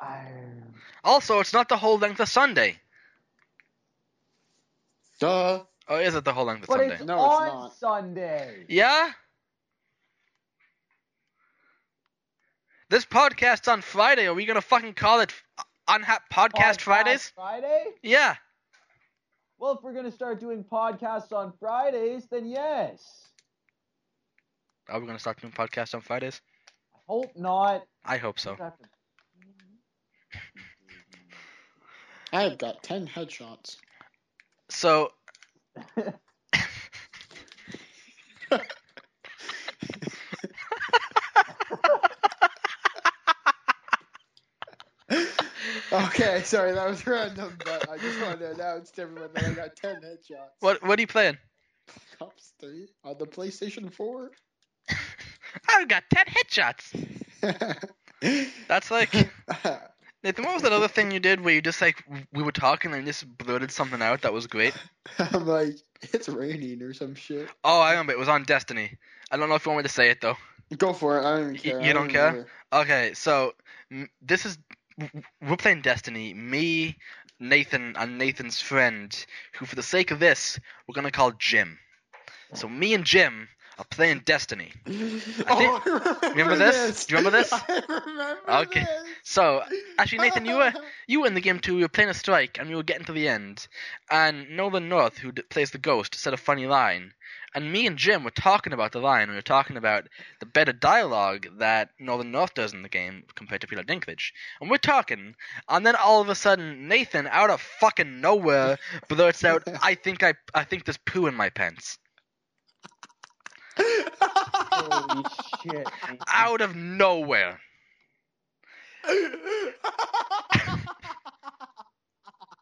I- Also, it's not the whole length of Sunday. Duh. Oh, is it the whole length of But Sunday? it's No, it's on not. Sunday. Yeah? This podcast's on Friday. Are we gonna fucking call it f- Unha- podcast, Podcast Fridays? Friday? Yeah. Well, if we're gonna start doing podcasts on Fridays, then yes. Are we gonna start doing podcasts on Fridays? I hope not. I hope so. I have got 10 headshots. So, Okay, sorry, that was random, but I just wanted to announce to everyone that I got 10 headshots. what what are you playing? Cops 3 on the PlayStation 4? I've got ten headshots. That's like Nathan. What was that other thing you did where you just like we were talking and you just blurted something out that was great? I'm like, it's raining or some shit. Oh, I remember. It was on Destiny. I don't know if you want me to say it though. Go for it. I don't even Y- care. you I don't care? remember. Okay, so m- this is w- we're playing Destiny. Me, Nathan, and Nathan's friend, who for the sake of this, we're gonna call Jim. So me and Jim are playing Destiny. oh, I remember this? Do you remember this? I remember Okay. this. So actually, Nathan, you were you were in the game too. You were playing a strike, and we were getting to the end. And Nolan North, who d- plays the ghost, said a funny line. And me and Jim were talking about the line. We were talking about the better dialogue that Northern North does in the game compared to Peter Dinklage. And we're talking, and then all of a sudden, Nathan, out of fucking nowhere, blurts out, "I think I, I think there's poo in my pants." Holy shit. Out of nowhere.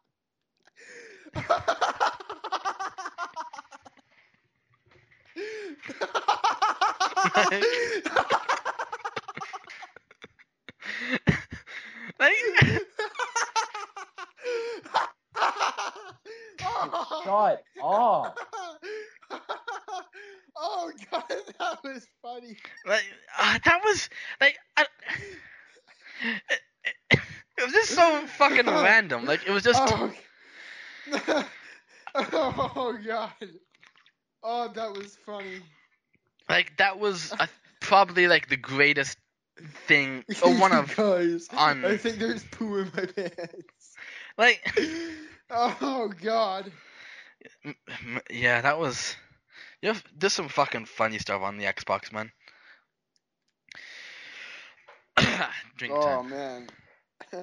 Like, Shut up. oh god, that was funny. like ah, that was like. I, it was just so fucking random. Like it was just. Oh. oh god. Oh, that was funny. Like that was uh, probably like the greatest thing or one of guys. on- I think there's poo in my pants. like Oh god. m- m- yeah that was you know, there's some fucking funny stuff on the Xbox man. Drink Oh time. man.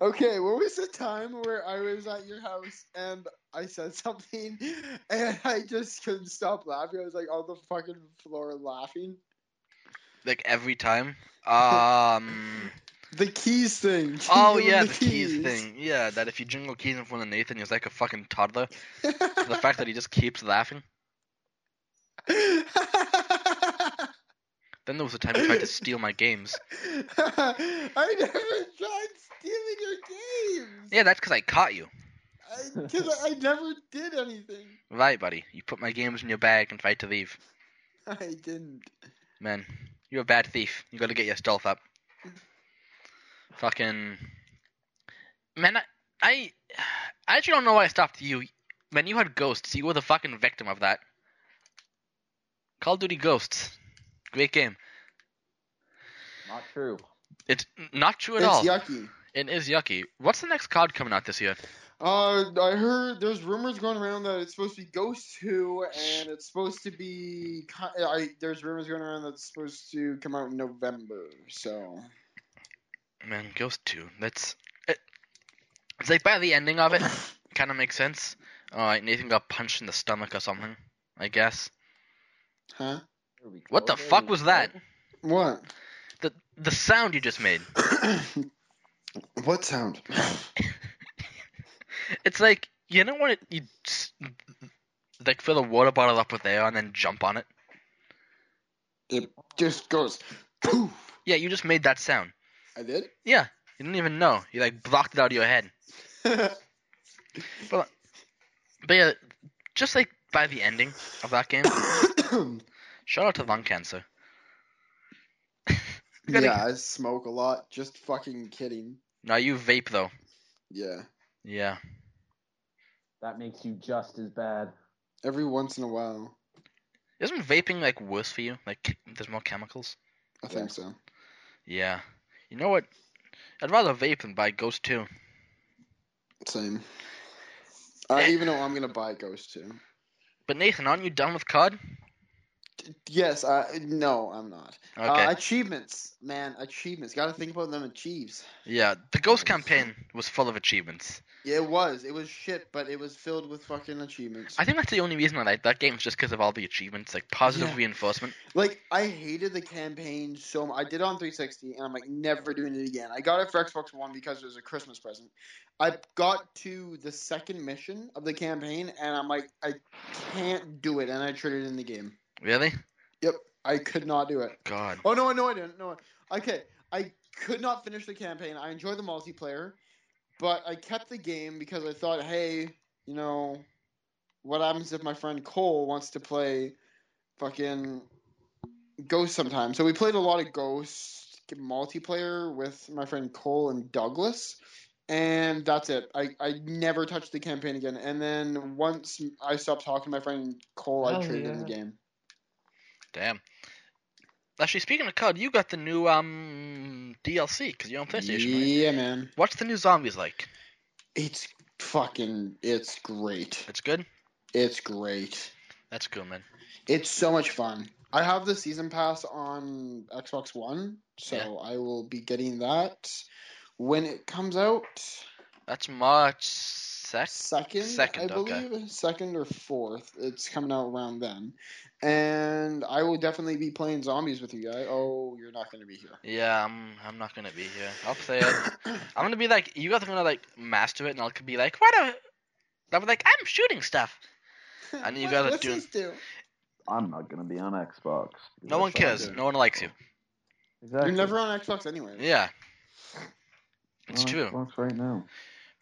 okay, what was the time where I was at your house and I said something and I just couldn't stop laughing? I was like on the fucking floor laughing. Like every time. Um. The keys thing. Oh You and yeah, the keys. thing. Yeah, that if you jingle keys in front of Nathan, he's like a fucking toddler. the fact that he just keeps laughing. Then there was a time he tried to steal my games. I never tried stealing your games. Yeah, that's because I caught you. Because I, never did anything. Right, buddy. You put my games in your bag and tried to leave. I didn't. Man, you're a bad thief. You gotta get your stealth up. Fucking man, I, I, I actually don't know why I stopped you. Man, you had ghosts. You were the fucking victim of that. Call of Duty Ghosts, great game. Not true. It's n- not true at it's all. yucky. It is yucky. What's the next COD coming out this year? Uh, I heard there's rumors going around that it's supposed to be Ghost 2, and it's supposed to be. ki- I, there's rumors going around that it's supposed to come out in November. So Man, Ghost Two. That's it. It's like by the ending of it, kind of makes sense. All right, Nathan got punched in the stomach or something. I guess. Huh? There we go. What the There fuck we was go. that? What? The the sound you just made. what sound? It's like you know when it, you s- like fill a water bottle up with air and then jump on it. It just goes. Poof. Yeah, you just made that sound. I did. Yeah, you didn't even know. You like blocked it out of your head. But yeah, just like by the ending of that game. shout out to lung cancer. gotta- yeah, I smoke a lot. Just fucking kidding. Now you vape though. Yeah. Yeah. That makes you just as bad. Every once in a while. Isn't vaping like worse for you? Like there's more chemicals. I think so. Yeah. You know what? I'd rather vape than buy Ghost Two. Same. Uh, even though I'm gonna buy Ghost too. But Nathan, aren't you done with COD? Yes, uh, no, I'm not. Okay. Uh, achievements, man, achievements. Got to think about them achieves. yeah, the Ghost campaign was full of achievements. Yeah, it was. It was shit, but it was filled with fucking achievements. I think that's the only reason I like that game is just because of all the achievements, like positive Yeah. reinforcement. Like I hated the campaign so much. I did it on 360, and I'm like never doing it again. I got it for Xbox One because it was a Christmas present. I got to the second mission of the campaign, and I'm like, I can't do it, and I traded in the game. Really? Yep, I could not do it. God. Oh no, no, I didn't. No, okay, I could not finish the campaign. I enjoy the multiplayer, but I kept the game because I thought, hey, you know, what happens if my friend Cole wants to play fucking Ghost sometime? So we played a lot of Ghost multiplayer with my friend Cole and Douglas, and that's it. I, I never touched the campaign again. And then once I stopped talking to my friend Cole, I Hell traded in the yeah. game. Damn. Actually, speaking of COD, you got the new um DLC because you're on PlayStation. right? Yeah, man, What's the new zombies like? it's fucking it's great. It's good. It's great. That's cool, man. It's so much fun. I have the season pass on Xbox One, so Yeah. I will be getting that when it comes out. That's March sec. Second, second, I okay. believe, second or fourth. It's coming out around then, and I will definitely be playing zombies with you guys. Oh, you're not going to be here. Yeah, I'm. I'm not gonna be here. I'll play it. I'm gonna be like, you guys are gonna like master it, and I'll be like, what? A... I'll be like, I'm shooting stuff. I know you What- guys are what's doing- this do? I'm not gonna be on Xbox. No one cares. do. No one likes you. Exactly. You're never on Xbox anyway. Yeah. It's on true. Xbox right now.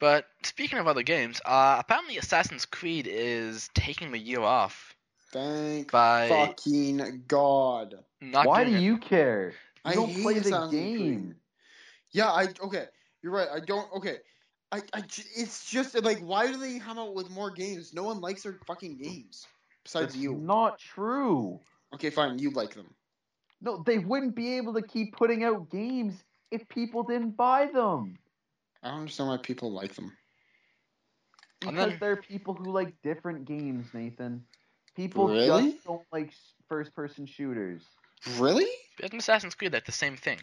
But speaking of other games, uh, apparently Assassin's Creed is taking the year off Thank by fucking god. not Why do doing it. you care? You I don't hate play the Assassin's game. Creed. Yeah, I okay. You're right. I don't okay. I, I j- it's just like why do they come out with more games? No one likes their fucking games besides That's you. not true. Okay, fine. You like them. No, they wouldn't be able to keep putting out games if people didn't buy them. I don't understand why people like them. And Because then- there are people who like different games, Nathan. People Really? just don't like first person shooters. Really? Isn't Assassin's Creed like the same thing?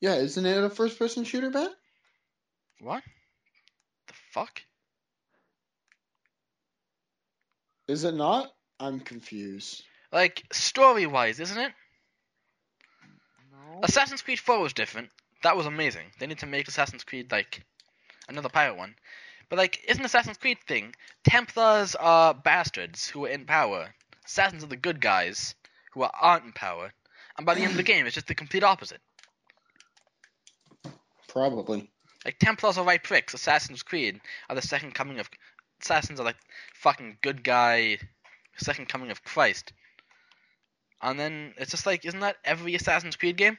Yeah, isn't it a first person shooter, Ben? What? The fuck? Is it not? I'm confused. Like story wise, isn't it? No. Assassin's Creed 4 was different. That was amazing. They need to make Assassin's Creed like another pirate one. But like, isn't Assassin's Creed thing Templars are bastards who are in power. Assassins are the good guys who are, aren't in power. And by the end of the game, it's just the complete opposite. Probably. Like Templars are right pricks. Assassin's Creed are the second coming of assassins are like fucking good guy, second coming of Christ. And then it's just like, isn't that every Assassin's Creed game?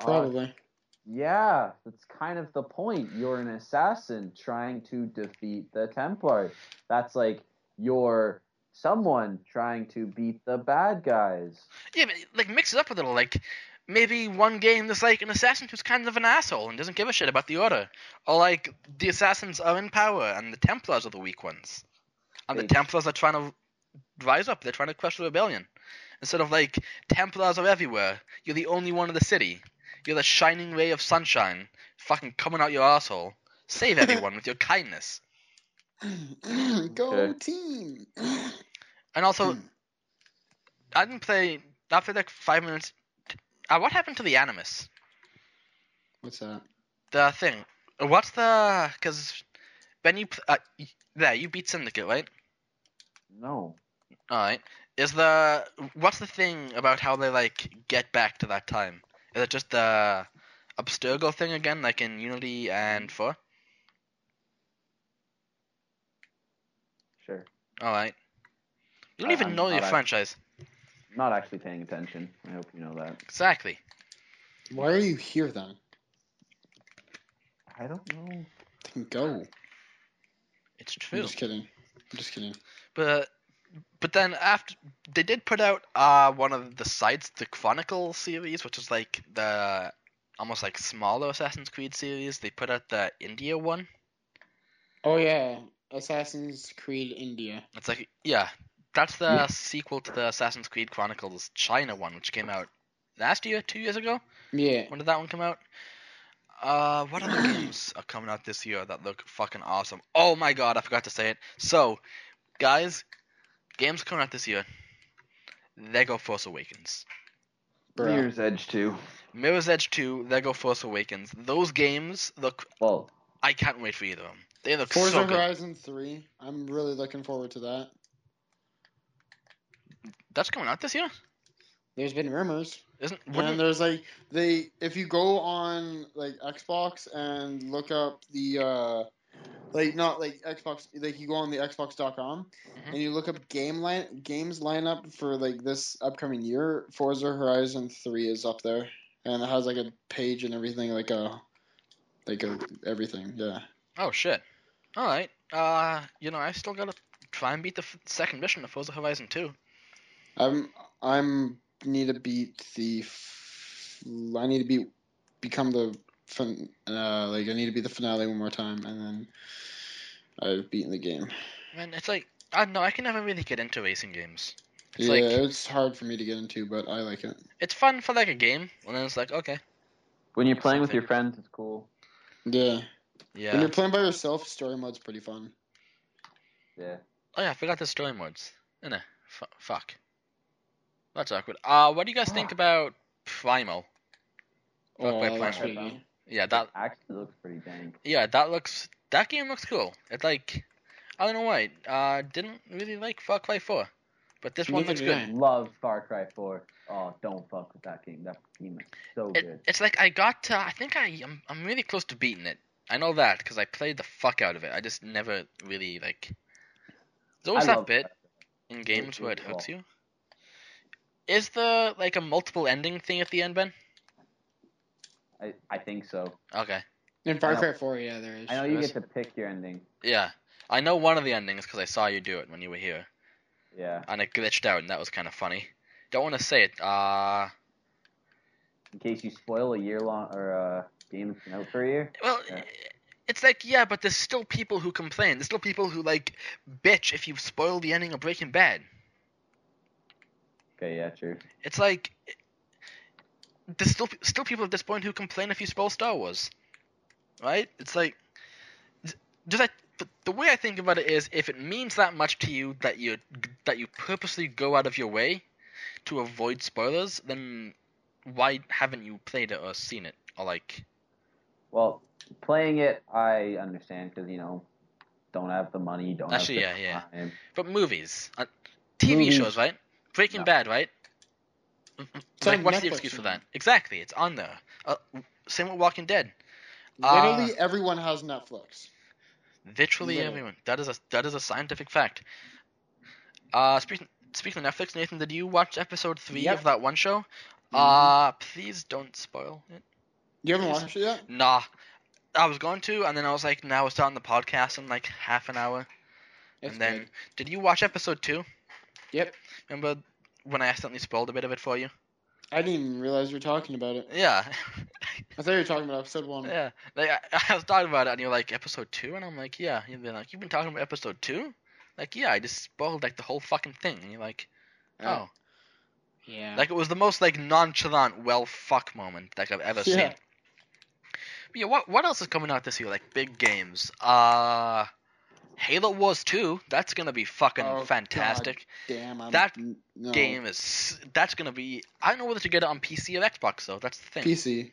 Probably. Uh, yeah, that's kind of the point. You're an assassin trying to defeat the Templar. That's like you're someone trying to beat the bad guys. Yeah, but like mix it up a little. Like maybe one game there's like an assassin who's kind of an asshole and doesn't give a shit about the order, or like the assassins are in power and the Templars are the weak ones, and the Right. Templars are trying to rise up. They're trying to crush the rebellion. Instead of like Templars are everywhere, you're the only one in the city. You're the shining ray of sunshine, fucking coming out your asshole. Save everyone with your kindness. Go Okay. team. And also, I didn't play. I played like five minutes. Uh, what happened to the Animus? What's that? the thing. What's the? Because Ben, you pl- uh, y- there you beat Syndicate, right? No. All right. Is the what's the thing about how they like get back to that time? Is it just the Abstergo thing again, like in Unity and Four? Sure. All right. You don't I- even I'm know your not- I- franchise I'm not actually paying attention. I hope you know that. exactly. Why are you here then? I don't know. Then go. It's I'm true, just kidding. I'm just kidding. but. But then after they did put out uh one of the sides, the Chronicle series, which is like the almost like smaller Assassin's Creed series. They put out the India one, Oh yeah, Assassin's Creed India. It's like yeah, that's the Yeah. sequel to the Assassin's Creed Chronicles China one, which came out last year, two years ago. Yeah. When did that one come out? Uh, what other games are coming out this year that look fucking awesome? Oh my god, I forgot to say it. So, guys, games coming out this year. There go Force Awakens. Bruh. Mirror's Edge 2. Mirror's Edge 2, there go Force Awakens. Those games look. Well, I can't wait for either of them. They look Forza so good. Horizon Three. I'm really looking forward to that. That's coming out this year? There's been rumors, Isn't. and Wouldn't, there's like they if you go on like Xbox and look up the uh like not like Xbox like you go on the Xbox.com Mhm. and you look up game line games lineup for like this upcoming year. Forza Horizon Three is up there. and it has like a page and everything, like a like a everything. Yeah. Oh shit. All right. Uh, you know, I still gotta try and beat the f- second mission of Forza Horizon Two. I'm I'm need to beat the f- I need to be become the fin, uh, like I need to beat the finale one more time and then I've beaten the game. And it's like I don't know. I can never really get into racing games. It's yeah, like- it's hard for me to get into, but I like it. It's fun for like a game, and then it's like okay, When you're playing with your friends, it's cool. Yeah. When yeah. you're playing by yourself, story mode's pretty fun. Yeah. Oh yeah, I forgot the story modes. No, no. F- fuck. That's awkward. Uh, what do you guys think Fuck. about Primal? Fuck Ah. Oh, by I like Primal. Sweetie. Yeah, that actually looks pretty dang. yeah, that looks that game looks cool. It's like I don't know why. Uh, didn't really like Far Cry Four, but this one Neither looks did good. I. Love Far Cry 4. Oh, don't fuck with that game. That game is so It, good. it's like I got to. I think I I'm, I'm really close to beating it. I know that because I played the fuck out of it. I just never really like. There's always I that love bit in Really games where it good hooks call. you. Is there like a multiple ending thing at the end, Ben? I, I think so. Okay. In Far I know- Cry 4, yeah, there is. I know you Yes. get to pick your ending. Yeah, I know one of the endings because I saw you do it when you were here, Yeah. and it glitched out, and that was kind of funny. Don't want to say it. Uh, In case you spoil a year long or a game that's been out for a year. well, Yeah. it's like yeah, but there's still people who complain. There's still people who like bitch if you spoil the ending of Breaking Bad. Okay, yeah, true. It's like there's still still people at this point who complain if you spoil Star Wars, right? It's like just like the, the way I think about it is if it means that much to you that you that you purposely go out of your way to avoid spoilers, then why haven't you played it or seen it or like Well, playing it, I understand because, you know, don't have the money, don't Actually, yeah, have the yeah. time. but movies, uh, TV Movies. shows, right? Breaking No. Bad, right? It's like on what's the Netflix excuse for now. that? Exactly, it's on there. Uh, same with Walking Dead. Uh, Literally everyone has Netflix. Literally Literally. everyone. That is a that is a scientific fact. Uh, speaking speaking of Netflix, Nathan, did you watch episode three Yep. of that one show? Mhm. Uh, please don't spoil it. You haven't yes. watched it yet? Nah, I was going to, and then I was like, now we're starting the podcast in like half an hour. It's and then, good. did you watch episode two? Yep. Remember when I accidentally spoiled a bit of it for you? I didn't even realize you were talking about it. Yeah, I thought you were talking about episode one. yeah. Like I, I was talking about it, and you're like, episode two, and I'm like, yeah. You've been like, you've been talking about episode two. Like, yeah, I just spoiled like the whole fucking thing, and you're like, Uh, oh. yeah. Like it was the most like nonchalant well fuck moment like I've ever Yeah. seen. But yeah, what what else is coming out this year? Like big games. Uh Halo Wars 2, that's going to be fucking Oh, God. fantastic. Damn, I'm, that n- no. Game is that's going to be I don't know whether to get it on PC or Xbox though. That's the thing. PC.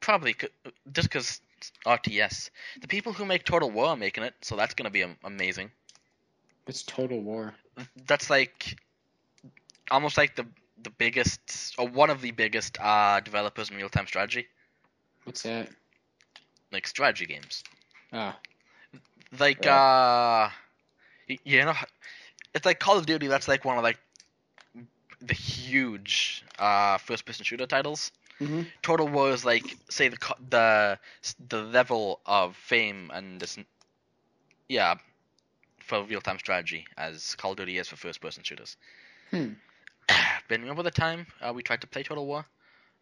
Probably c- just cuz RTS. The people who make Total War are making it, so that's going to be am- amazing. It's Total War. That's like almost like the the biggest or one of the biggest uh developers in real-time strategy. What's that? like strategy games. Ah. Like Yeah. uh y- you know it's like Call of Duty that's like one of like the huge uh first person shooter titles. Mhm. Total War is like say the co- the the level of fame and this yeah for real time strategy as Call of Duty is for first person shooters. Hmm. ben, remember the time uh, we tried to play Total War,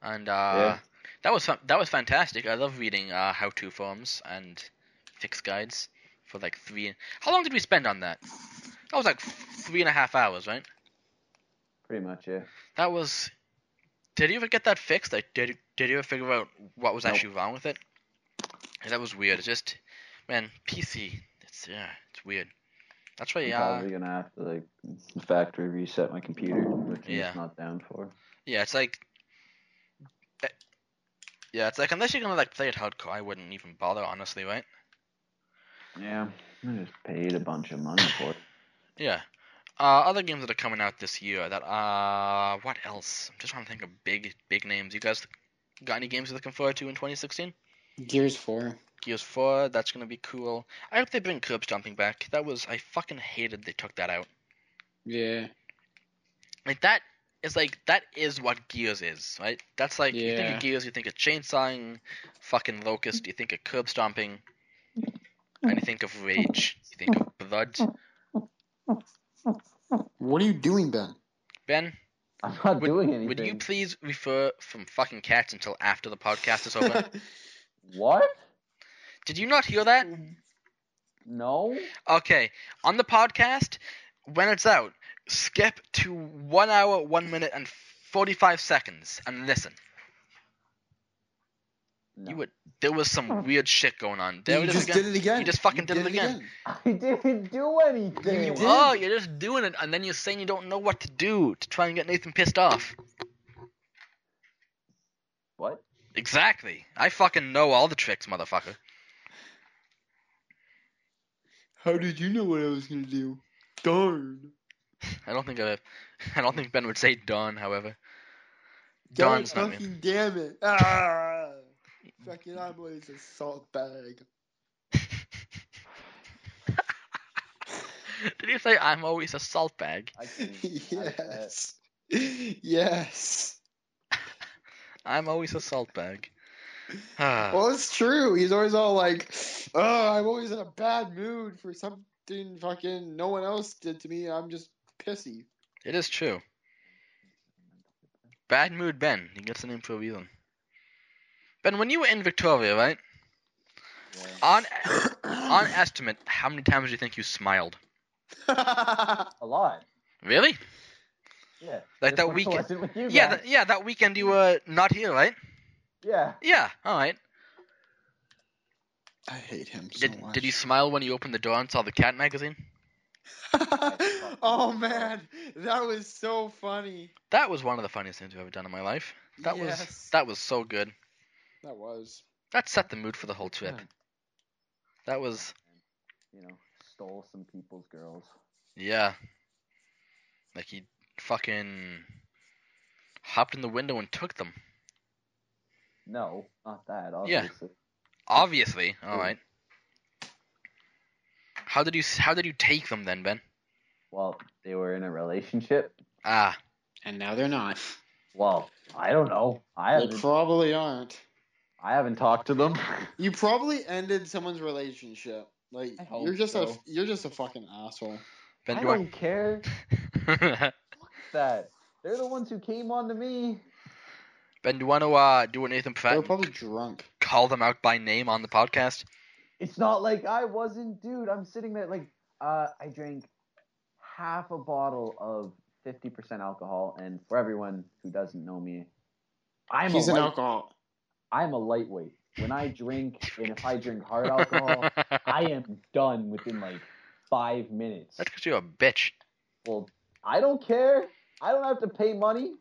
and uh, Yeah. that was fa- that was fantastic. I love reading uh, how to forms and fix guides for like three. How long did we spend on that? That was like three and a half hours, right? Pretty much, yeah. That was. Did you ever get that fixed? Like, did did you ever figure out what was Nope. actually wrong with it? Yeah, that was weird. It's just, man, PC. It's yeah, it's weird. That's why. I'm Uh, probably gonna have to like factory reset my computer, which I'm Yeah. just not down for. Yeah, it's like. eh, Yeah, it's like unless you're gonna like play it hardcore, I wouldn't even bother, honestly, right? Yeah, I just paid a bunch of money for it. Yeah. Uh, other games that are coming out this year that uh, what else? I'm just trying to think of big big names. You guys got any games you're looking forward to in 2016? Gears 4. Gears 4, that's gonna be cool. I hope they bring curb stomping back. That was I fucking hated they took that out. Yeah. Like that it's like that is what Gears is, right? That's like you think Yeah. of Gears, you think of chainsawing, fucking locust, you think of curb stomping, and you think of rage, you think of blood. What are you doing, Ben? Ben, I'm not Would- doing anything. would you please refer from fucking cats until after the podcast is over? What? Did you not hear that? No. Okay, on the podcast, when it's out, skip to one hour, one minute, and forty-five seconds, and listen. no. You would. There was some weird shit going on. There you it is just again. did it again. You just fucking did it again. I didn't do anything. You did. Oh, you're just doing it, and then you're saying you don't know what to do to try and get Nathan pissed off. What? Exactly. I fucking know all the tricks, motherfucker. How did you know what I was gonna do? Darn. I don't think I. I don't think Ben would say Don. However, God Darn's not me. fucking damn it. Ah, fucking I'm always a salt bag. did you say I'm always a salt bag? I can, I can't. yes. Yes. I'm always a salt bag. Ah. Well, it's true. He's always all like, "Oh, I'm always in a bad mood for something fucking no one else did to me. and I'm just pissy." It is true. Bad mood Ben. He gets the name for a reason. Ben, when you were in Victoria, right? On on estimate, how many times do you think you smiled? A lot. Really? Yeah. Like Just that when I weekend- wasn't with you Yeah, guys. that, yeah. That weekend you were not here, right? yeah. Yeah. All right. I hate him so Did much. Did you smile when you opened the door and saw the cat magazine? oh man, that was so funny. That was one of the funniest things I've ever done in my life. That was Yes. that was so good. That was. That set the mood for the whole trip. Yeah. That was You know, stole some people's girls. yeah. Like he fucking hopped in the window and took them. No, not that. Yeah. Obviously. Obviously. All right. How did you How did you take them then, Ben? Well, they were in a relationship. Ah, And now they're not. Well, I don't know. I They haven't. probably aren't. I haven't talked to them. You probably ended someone's relationship. Like I hope you're just a so. you're just a fucking asshole. Ben, I do you don't care want, that they're the ones who came on to me. Ben, do you want to uh, do what Nathan They're Pratt probably drunk. call them out by name on the podcast? It's not like I wasn't, dude. I'm sitting there like uh, I drank half a bottle of 50% alcohol, and for everyone who doesn't know me, I'm He's a an light, alcohol. I'm a lightweight. When I drink, and if I drink hard alcohol, I am done within like five minutes. That's because you're a bitch. Well, I don't care. I don't have to pay money.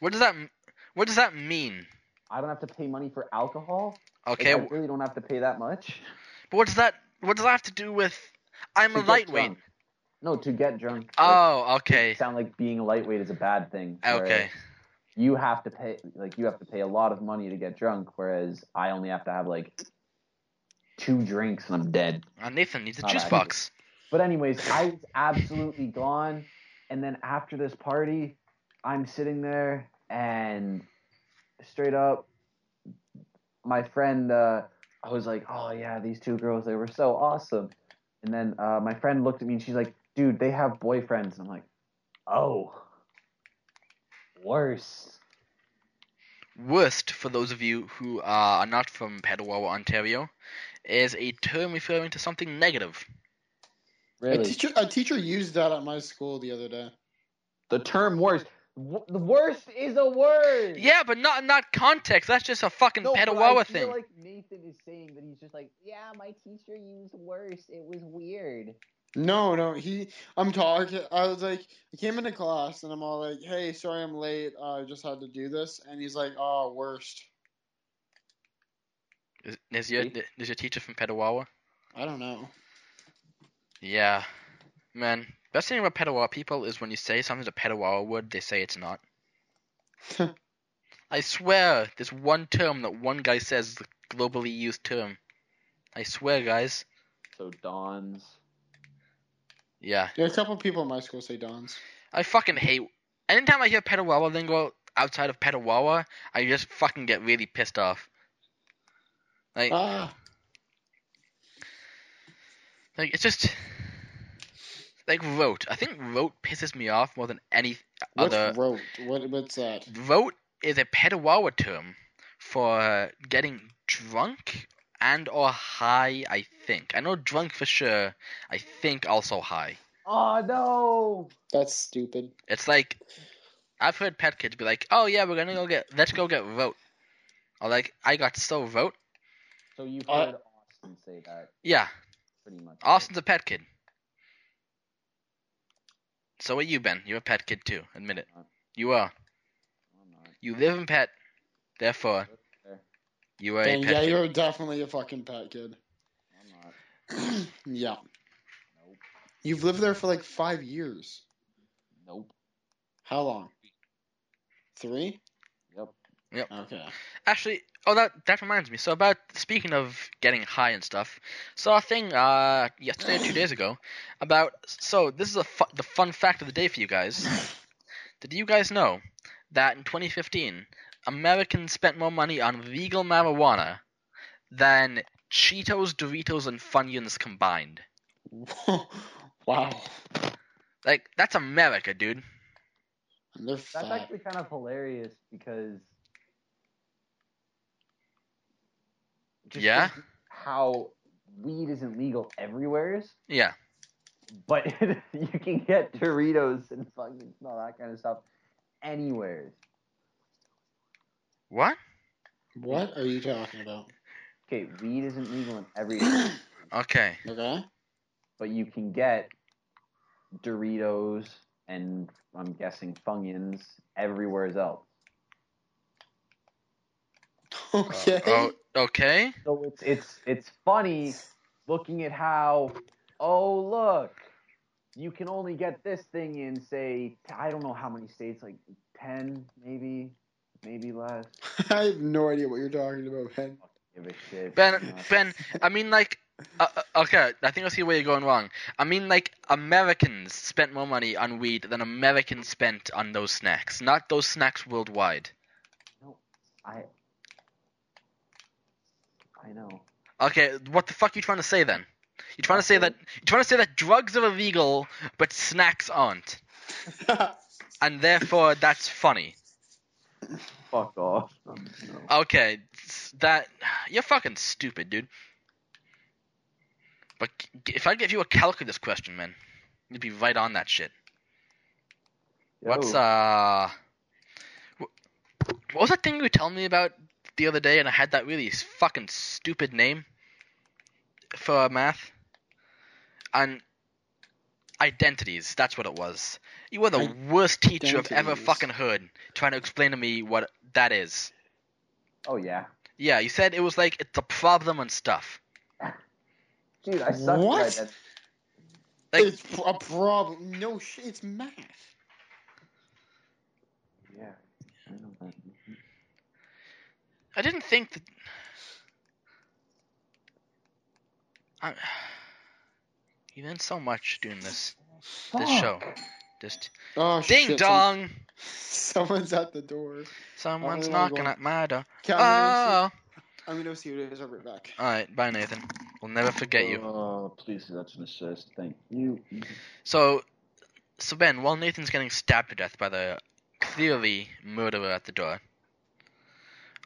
What does that m- What does that mean? I don't have to pay money for alcohol. Like, Okay, I but really don't have to pay that much. what does that What does that have to do with? I'm To a get lightweight. drunk. No, to get drunk. Like, Oh, okay, Sound like being a lightweight is a bad thing. where okay. You have to pay like you have to pay a lot of money to get drunk, whereas I only have to have like two drinks and I'm dead. Uh, Nathan needs a Not juice bad. box. But anyways, I was absolutely gone. And then after this party, I'm sitting there and straight up, my friend, uh, I was like, oh yeah, these two girls, they were so awesome. And then uh, my friend looked at me and she's like, dude, they have boyfriends. And I'm like, oh, worse. Worst, for those of you who uh, are not from Petawawa, Ontario, is a term referring to something negative. A Really? teacher a teacher used that at my school the other day. The term worse. W- the worst is a word. Yeah, but not in that context. That's just a fucking but Petawawa I thing. feel like Nathan is saying that he's just like, yeah, my teacher used worse. It was weird. No, no, he. I'm talking. I was like, I came into class and I'm all like, "Hey, sorry I'm late. Uh, I just had to do this." And he's like, "Oh, worst. Is, is your See? is your teacher from Petawawa? I don't know." Yeah, man. Best thing about Petawawa people is when you say something's a Petawawa word, they say it's not. I swear, there's one term that one guy says is the globally used term. I swear, guys. So Don's. Yeah, Yeah, a couple people in my school say Don's. I fucking hate. Anytime I hear Petawawa lingo outside of Petawawa, I just fucking get really pissed off. Like, Ah, like it's just like rote. I think rote pisses me off more than any what's other. rote? What, what's that? Vote is a Petawawa term for getting drunk and or high, I think. I know drunk for sure. I think also high. Oh no! That's stupid. It's like I've heard pet kids be like, "Oh yeah, we're gonna go get let's go get vote," or like, "I got so vote." So you've Uh, heard Austin say that Yeah, pretty much. Austin's a pet kid. So are you, Ben? You're a pet kid too. Admit it. You are. I'm not. You live in pet. Therefore, you are Dang, a pet yeah, kid. you're definitely a fucking pet kid. I'm not. yeah. Nope. You've lived there for like five years. Nope. How long? Three? Yep. Okay. Actually, oh that that reminds me. So about speaking of getting high and stuff, saw a thing uh yesterday, or two days ago, about so this is a fu- the fun fact of the day for you guys. Did you guys know that in 2015, Americans spent more money on legal marijuana than Cheetos, Doritos, and Funyuns combined? wow. Like that's America, dude. And they're That's fat. actually kind of hilarious because. just Yeah? think How weed isn't legal everywhere, Yeah, but you can get Doritos and fucking all that kind of stuff anywhere. what? What are you talking about? Okay, weed isn't legal in every area, Okay, Okay. but you can get Doritos and I'm guessing Funyuns everywhere else. Okay. oh, okay. So it's it's it's funny looking at how oh look you can only get this thing in say I don't know how many states like ten maybe maybe less I have no idea what you're talking about, man. give a shit Ben, Ben, I mean, like, uh, uh, okay, I think I see where you're going wrong. I mean, like, Americans spent more money on weed than Americans spent on those snacks, not those snacks worldwide. I I know Okay, what the fuck are you trying to say then? You're trying to say that you're trying to say that drugs are illegal, but snacks aren't, and therefore that's funny. fuck off Um, no. Okay, s- that you're fucking stupid, dude. But g- if I give you a calculus question, man, you'd be right on that shit. What's Yo, uh? wh- What was that thing you were telling me about the other day? And I had that really s- fucking stupid name for math. And identities. That's what it was. You were the worst teacher I've ever Identities. fucking heard trying to explain to me what that is. oh yeah Yeah, you said it was like it's a problem and stuff. dude I suck What? at that Like- it's pr- a problem. No shit. It's math. yeah I know that. I didn't think that. I... You learn so much doing this this Fuck. show. Just Oh Ding shit, some- dong! someone's at the door. Someone's Oh, knocking God. at my door. Okay, I'm, gonna go Oh! see, I'm gonna go see what it is. I'll be right back. Alright, bye, Nathan. We'll never forget you. oh please that's an assist thank you So, so Ben, while Nathan's getting stabbed to death by the clearly murderer at the door,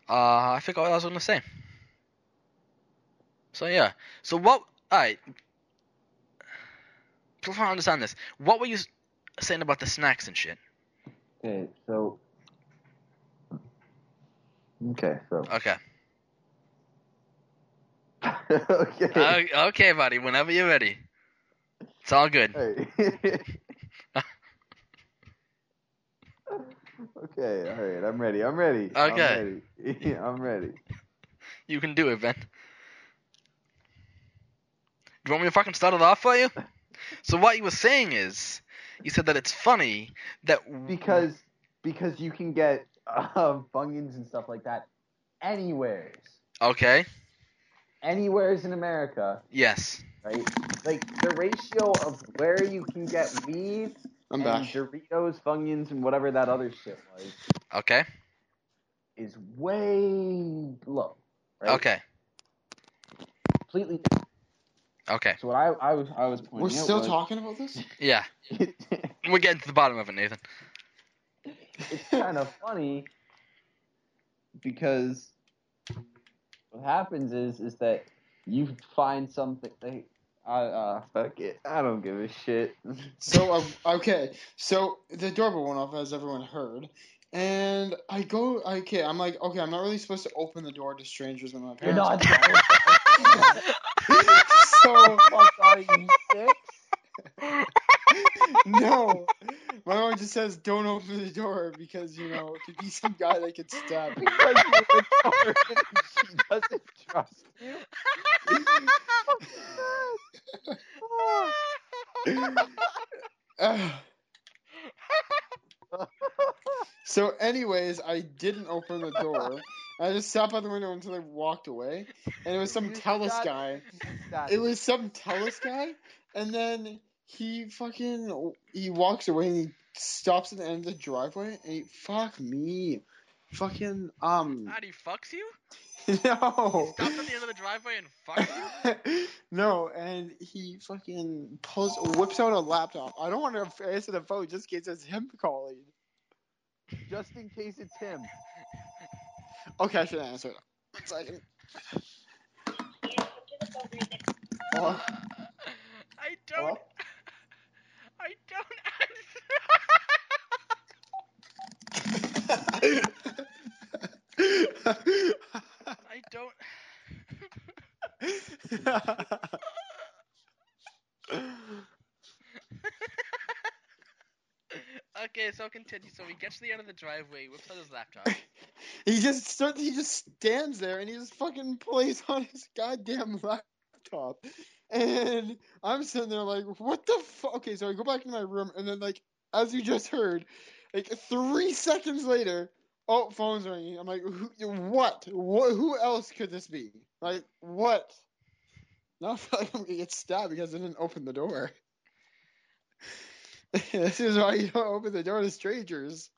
uh, I forgot what I was gonna say. So yeah. So what? Alright. People don't understand this. What were you s- saying about the snacks and shit? Okay, so. Okay, so. Okay. okay. O- Uh, okay, buddy. Whenever you're ready. It's all good. Hey. okay, all right. I'm ready. I'm ready. Okay. I'm ready. I'm ready. You can do it, Ben. Do you want me to fucking start it off for you? So what you were saying is, you said that it's funny that Because because you can get um, bunions and stuff like that anywheres. okay, Anywheres in America, yes, right? Like the ratio of where you can get weed I'm and back. Doritos, Funyuns, and whatever that other shit was Okay. is way low. Right? Okay. Completely. different. Okay. So what I, I was I was pointing We're out still was- talking about this? Yeah. We're getting to the bottom of it, Nathan. it's kind of funny because what happens is is that you find something. They, I uh, fuck it. I don't give a shit. So uh, okay, so the doorbell went off as everyone heard, and I go okay. I'm like okay, I'm not really supposed to open the door to strangers when my You're parents. not. so Fuck are you six? no, my mom just says don't open the door because you know it could be some guy that could stab you. Because you're a dork and she doesn't trust you. Ugh. so, anyways, I didn't open the door. I just sat by the window until they walked away, and it was some You Telus shut- guy. That's It was some Telus guy, and then he fucking he walks away and he stops at the end of the driveway and he fuck me, fucking um How do you fucks you? no. Stopped at the end of the driveway and fucked you? no, and he fucking pulls, whips out a laptop. I don't want to answer the phone just in case it's him calling. Just in case it's him. Okay, I should answer it. One second. Hello? I don't. Hello? I don't answer. I don't. Okay, so continue. So he gets to the end of the driveway, whips out his laptop. he just starts, he just stands there and he just fucking plays on his goddamn laptop. And I'm sitting there like, what the fuck? Okay, so I go back to my room and then like, as you just heard, like three seconds later, oh, phone's ringing. I'm like, who, what? What? Who else could this be? Like, what? Now I feel like I'm gonna get stabbed because I didn't open the door. this is why you don't open the door to strangers.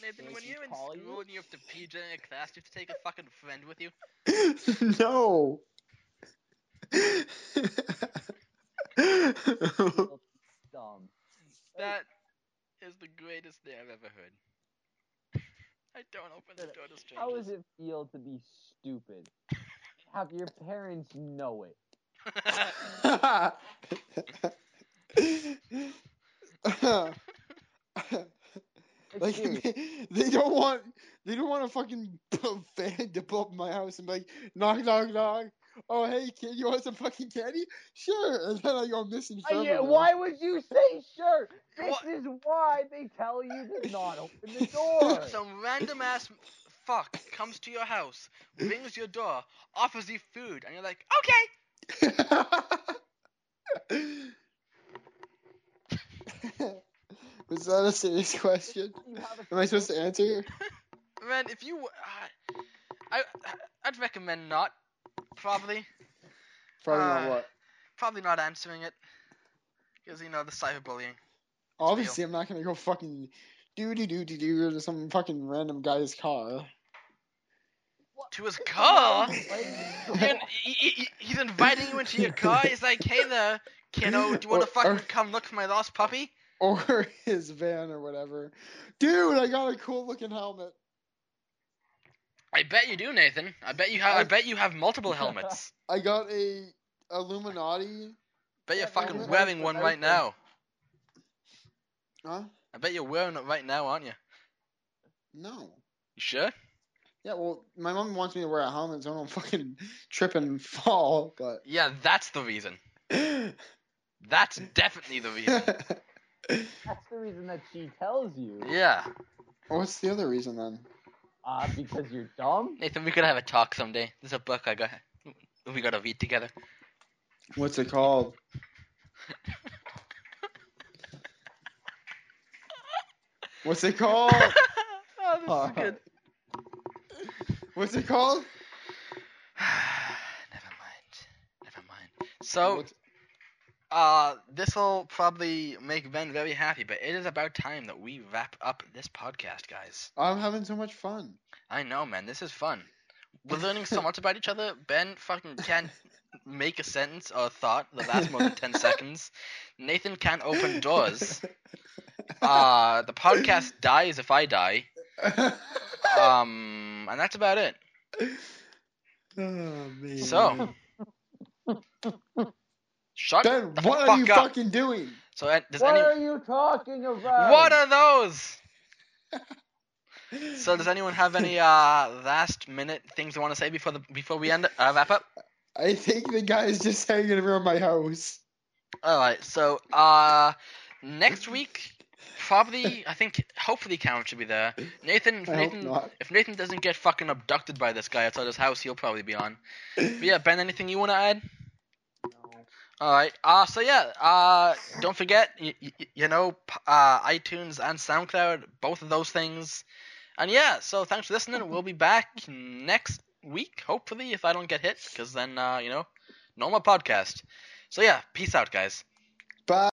Nathan, Does when he you're in call school you? and you have to pee during a class, you have to take a fucking friend with you. no. dumb. That is the greatest thing I've ever heard. I don't open the door to strangers. How does it feel to be stupid? Have your parents know it? Like, like seriously, they don't want they don't want a fucking fan to blow up my house and be like knock knock knock. Oh hey kid, you want some fucking candy? Sure. And then I go missing. I- yeah, forever now. why would you say sure? This What? is why they tell you to not open the door. Some random ass m- fuck comes to your house, rings your door, offers you food, and you're like, okay. Was that a serious question? You have a Am I supposed to answer? Man, if you, w- uh, I, I'd recommend not. Probably, Probably Uh, not what. probably not answering it, because you know the cyberbullying. Obviously, I'm not gonna go fucking do do do do do to some fucking random guy's car. To his car. Like, You're in- he- he- he- he's inviting you into your car. He's like, "Hey there, kiddo, do you want to Or- fucking or- come look for my lost puppy?" or his van or whatever. Dude, I got a cool looking helmet. I bet you do, Nathan. I bet you have. I bet you have multiple helmets. I got a Illuminati. bet you're Yeah, fucking helmet. wearing one right now. Huh? I bet you're wearing it right now, aren't you? No. You sure? Yeah, well, my mom wants me to wear a helmet so I don't fucking trip and fall. But Yeah, that's the reason. That's definitely the reason. that's the reason that she tells you. yeah, what's the other reason then? Uh, because you're dumb. Nathan, we could have a talk someday. There's a book I got. We gotta read together. What's it called? What's it called? oh, this is good. What's it called? Never mind. Never mind. So What's- Uh, this will probably make Ben very happy, but it is about time that we wrap up this podcast, guys. I'm having so much fun. I know, man. This is fun. We're learning so much about each other. Ben fucking can't make a sentence or a thought that lasts more than 10 seconds. Nathan can't open doors. Uh, the podcast dies if I die. oh Um, and that's about it. man. So, Shut Ben, the what fuck are you up. fucking doing? So, uh, does what any... are you talking about? What are those? So, does anyone have any uh, last minute things they want to say before the before we end uh, wrap up? I think the guy is just hanging around my house. All right. So, uh, next week, probably, I think, hopefully, Karen should be there. Nathan, if I hope Nathan, not. if Nathan doesn't get fucking abducted by this guy outside his house, he'll probably be on. But yeah, Ben, anything you want to add? All right. Uh, so yeah. Uh, don't forget, you, you know, p- uh, iTunes and SoundCloud, both of those things. And yeah, so thanks for listening. We'll be back next week, hopefully, if I don't get hit, because then, uh, you know, normal podcast. So yeah, peace out, guys. Bye.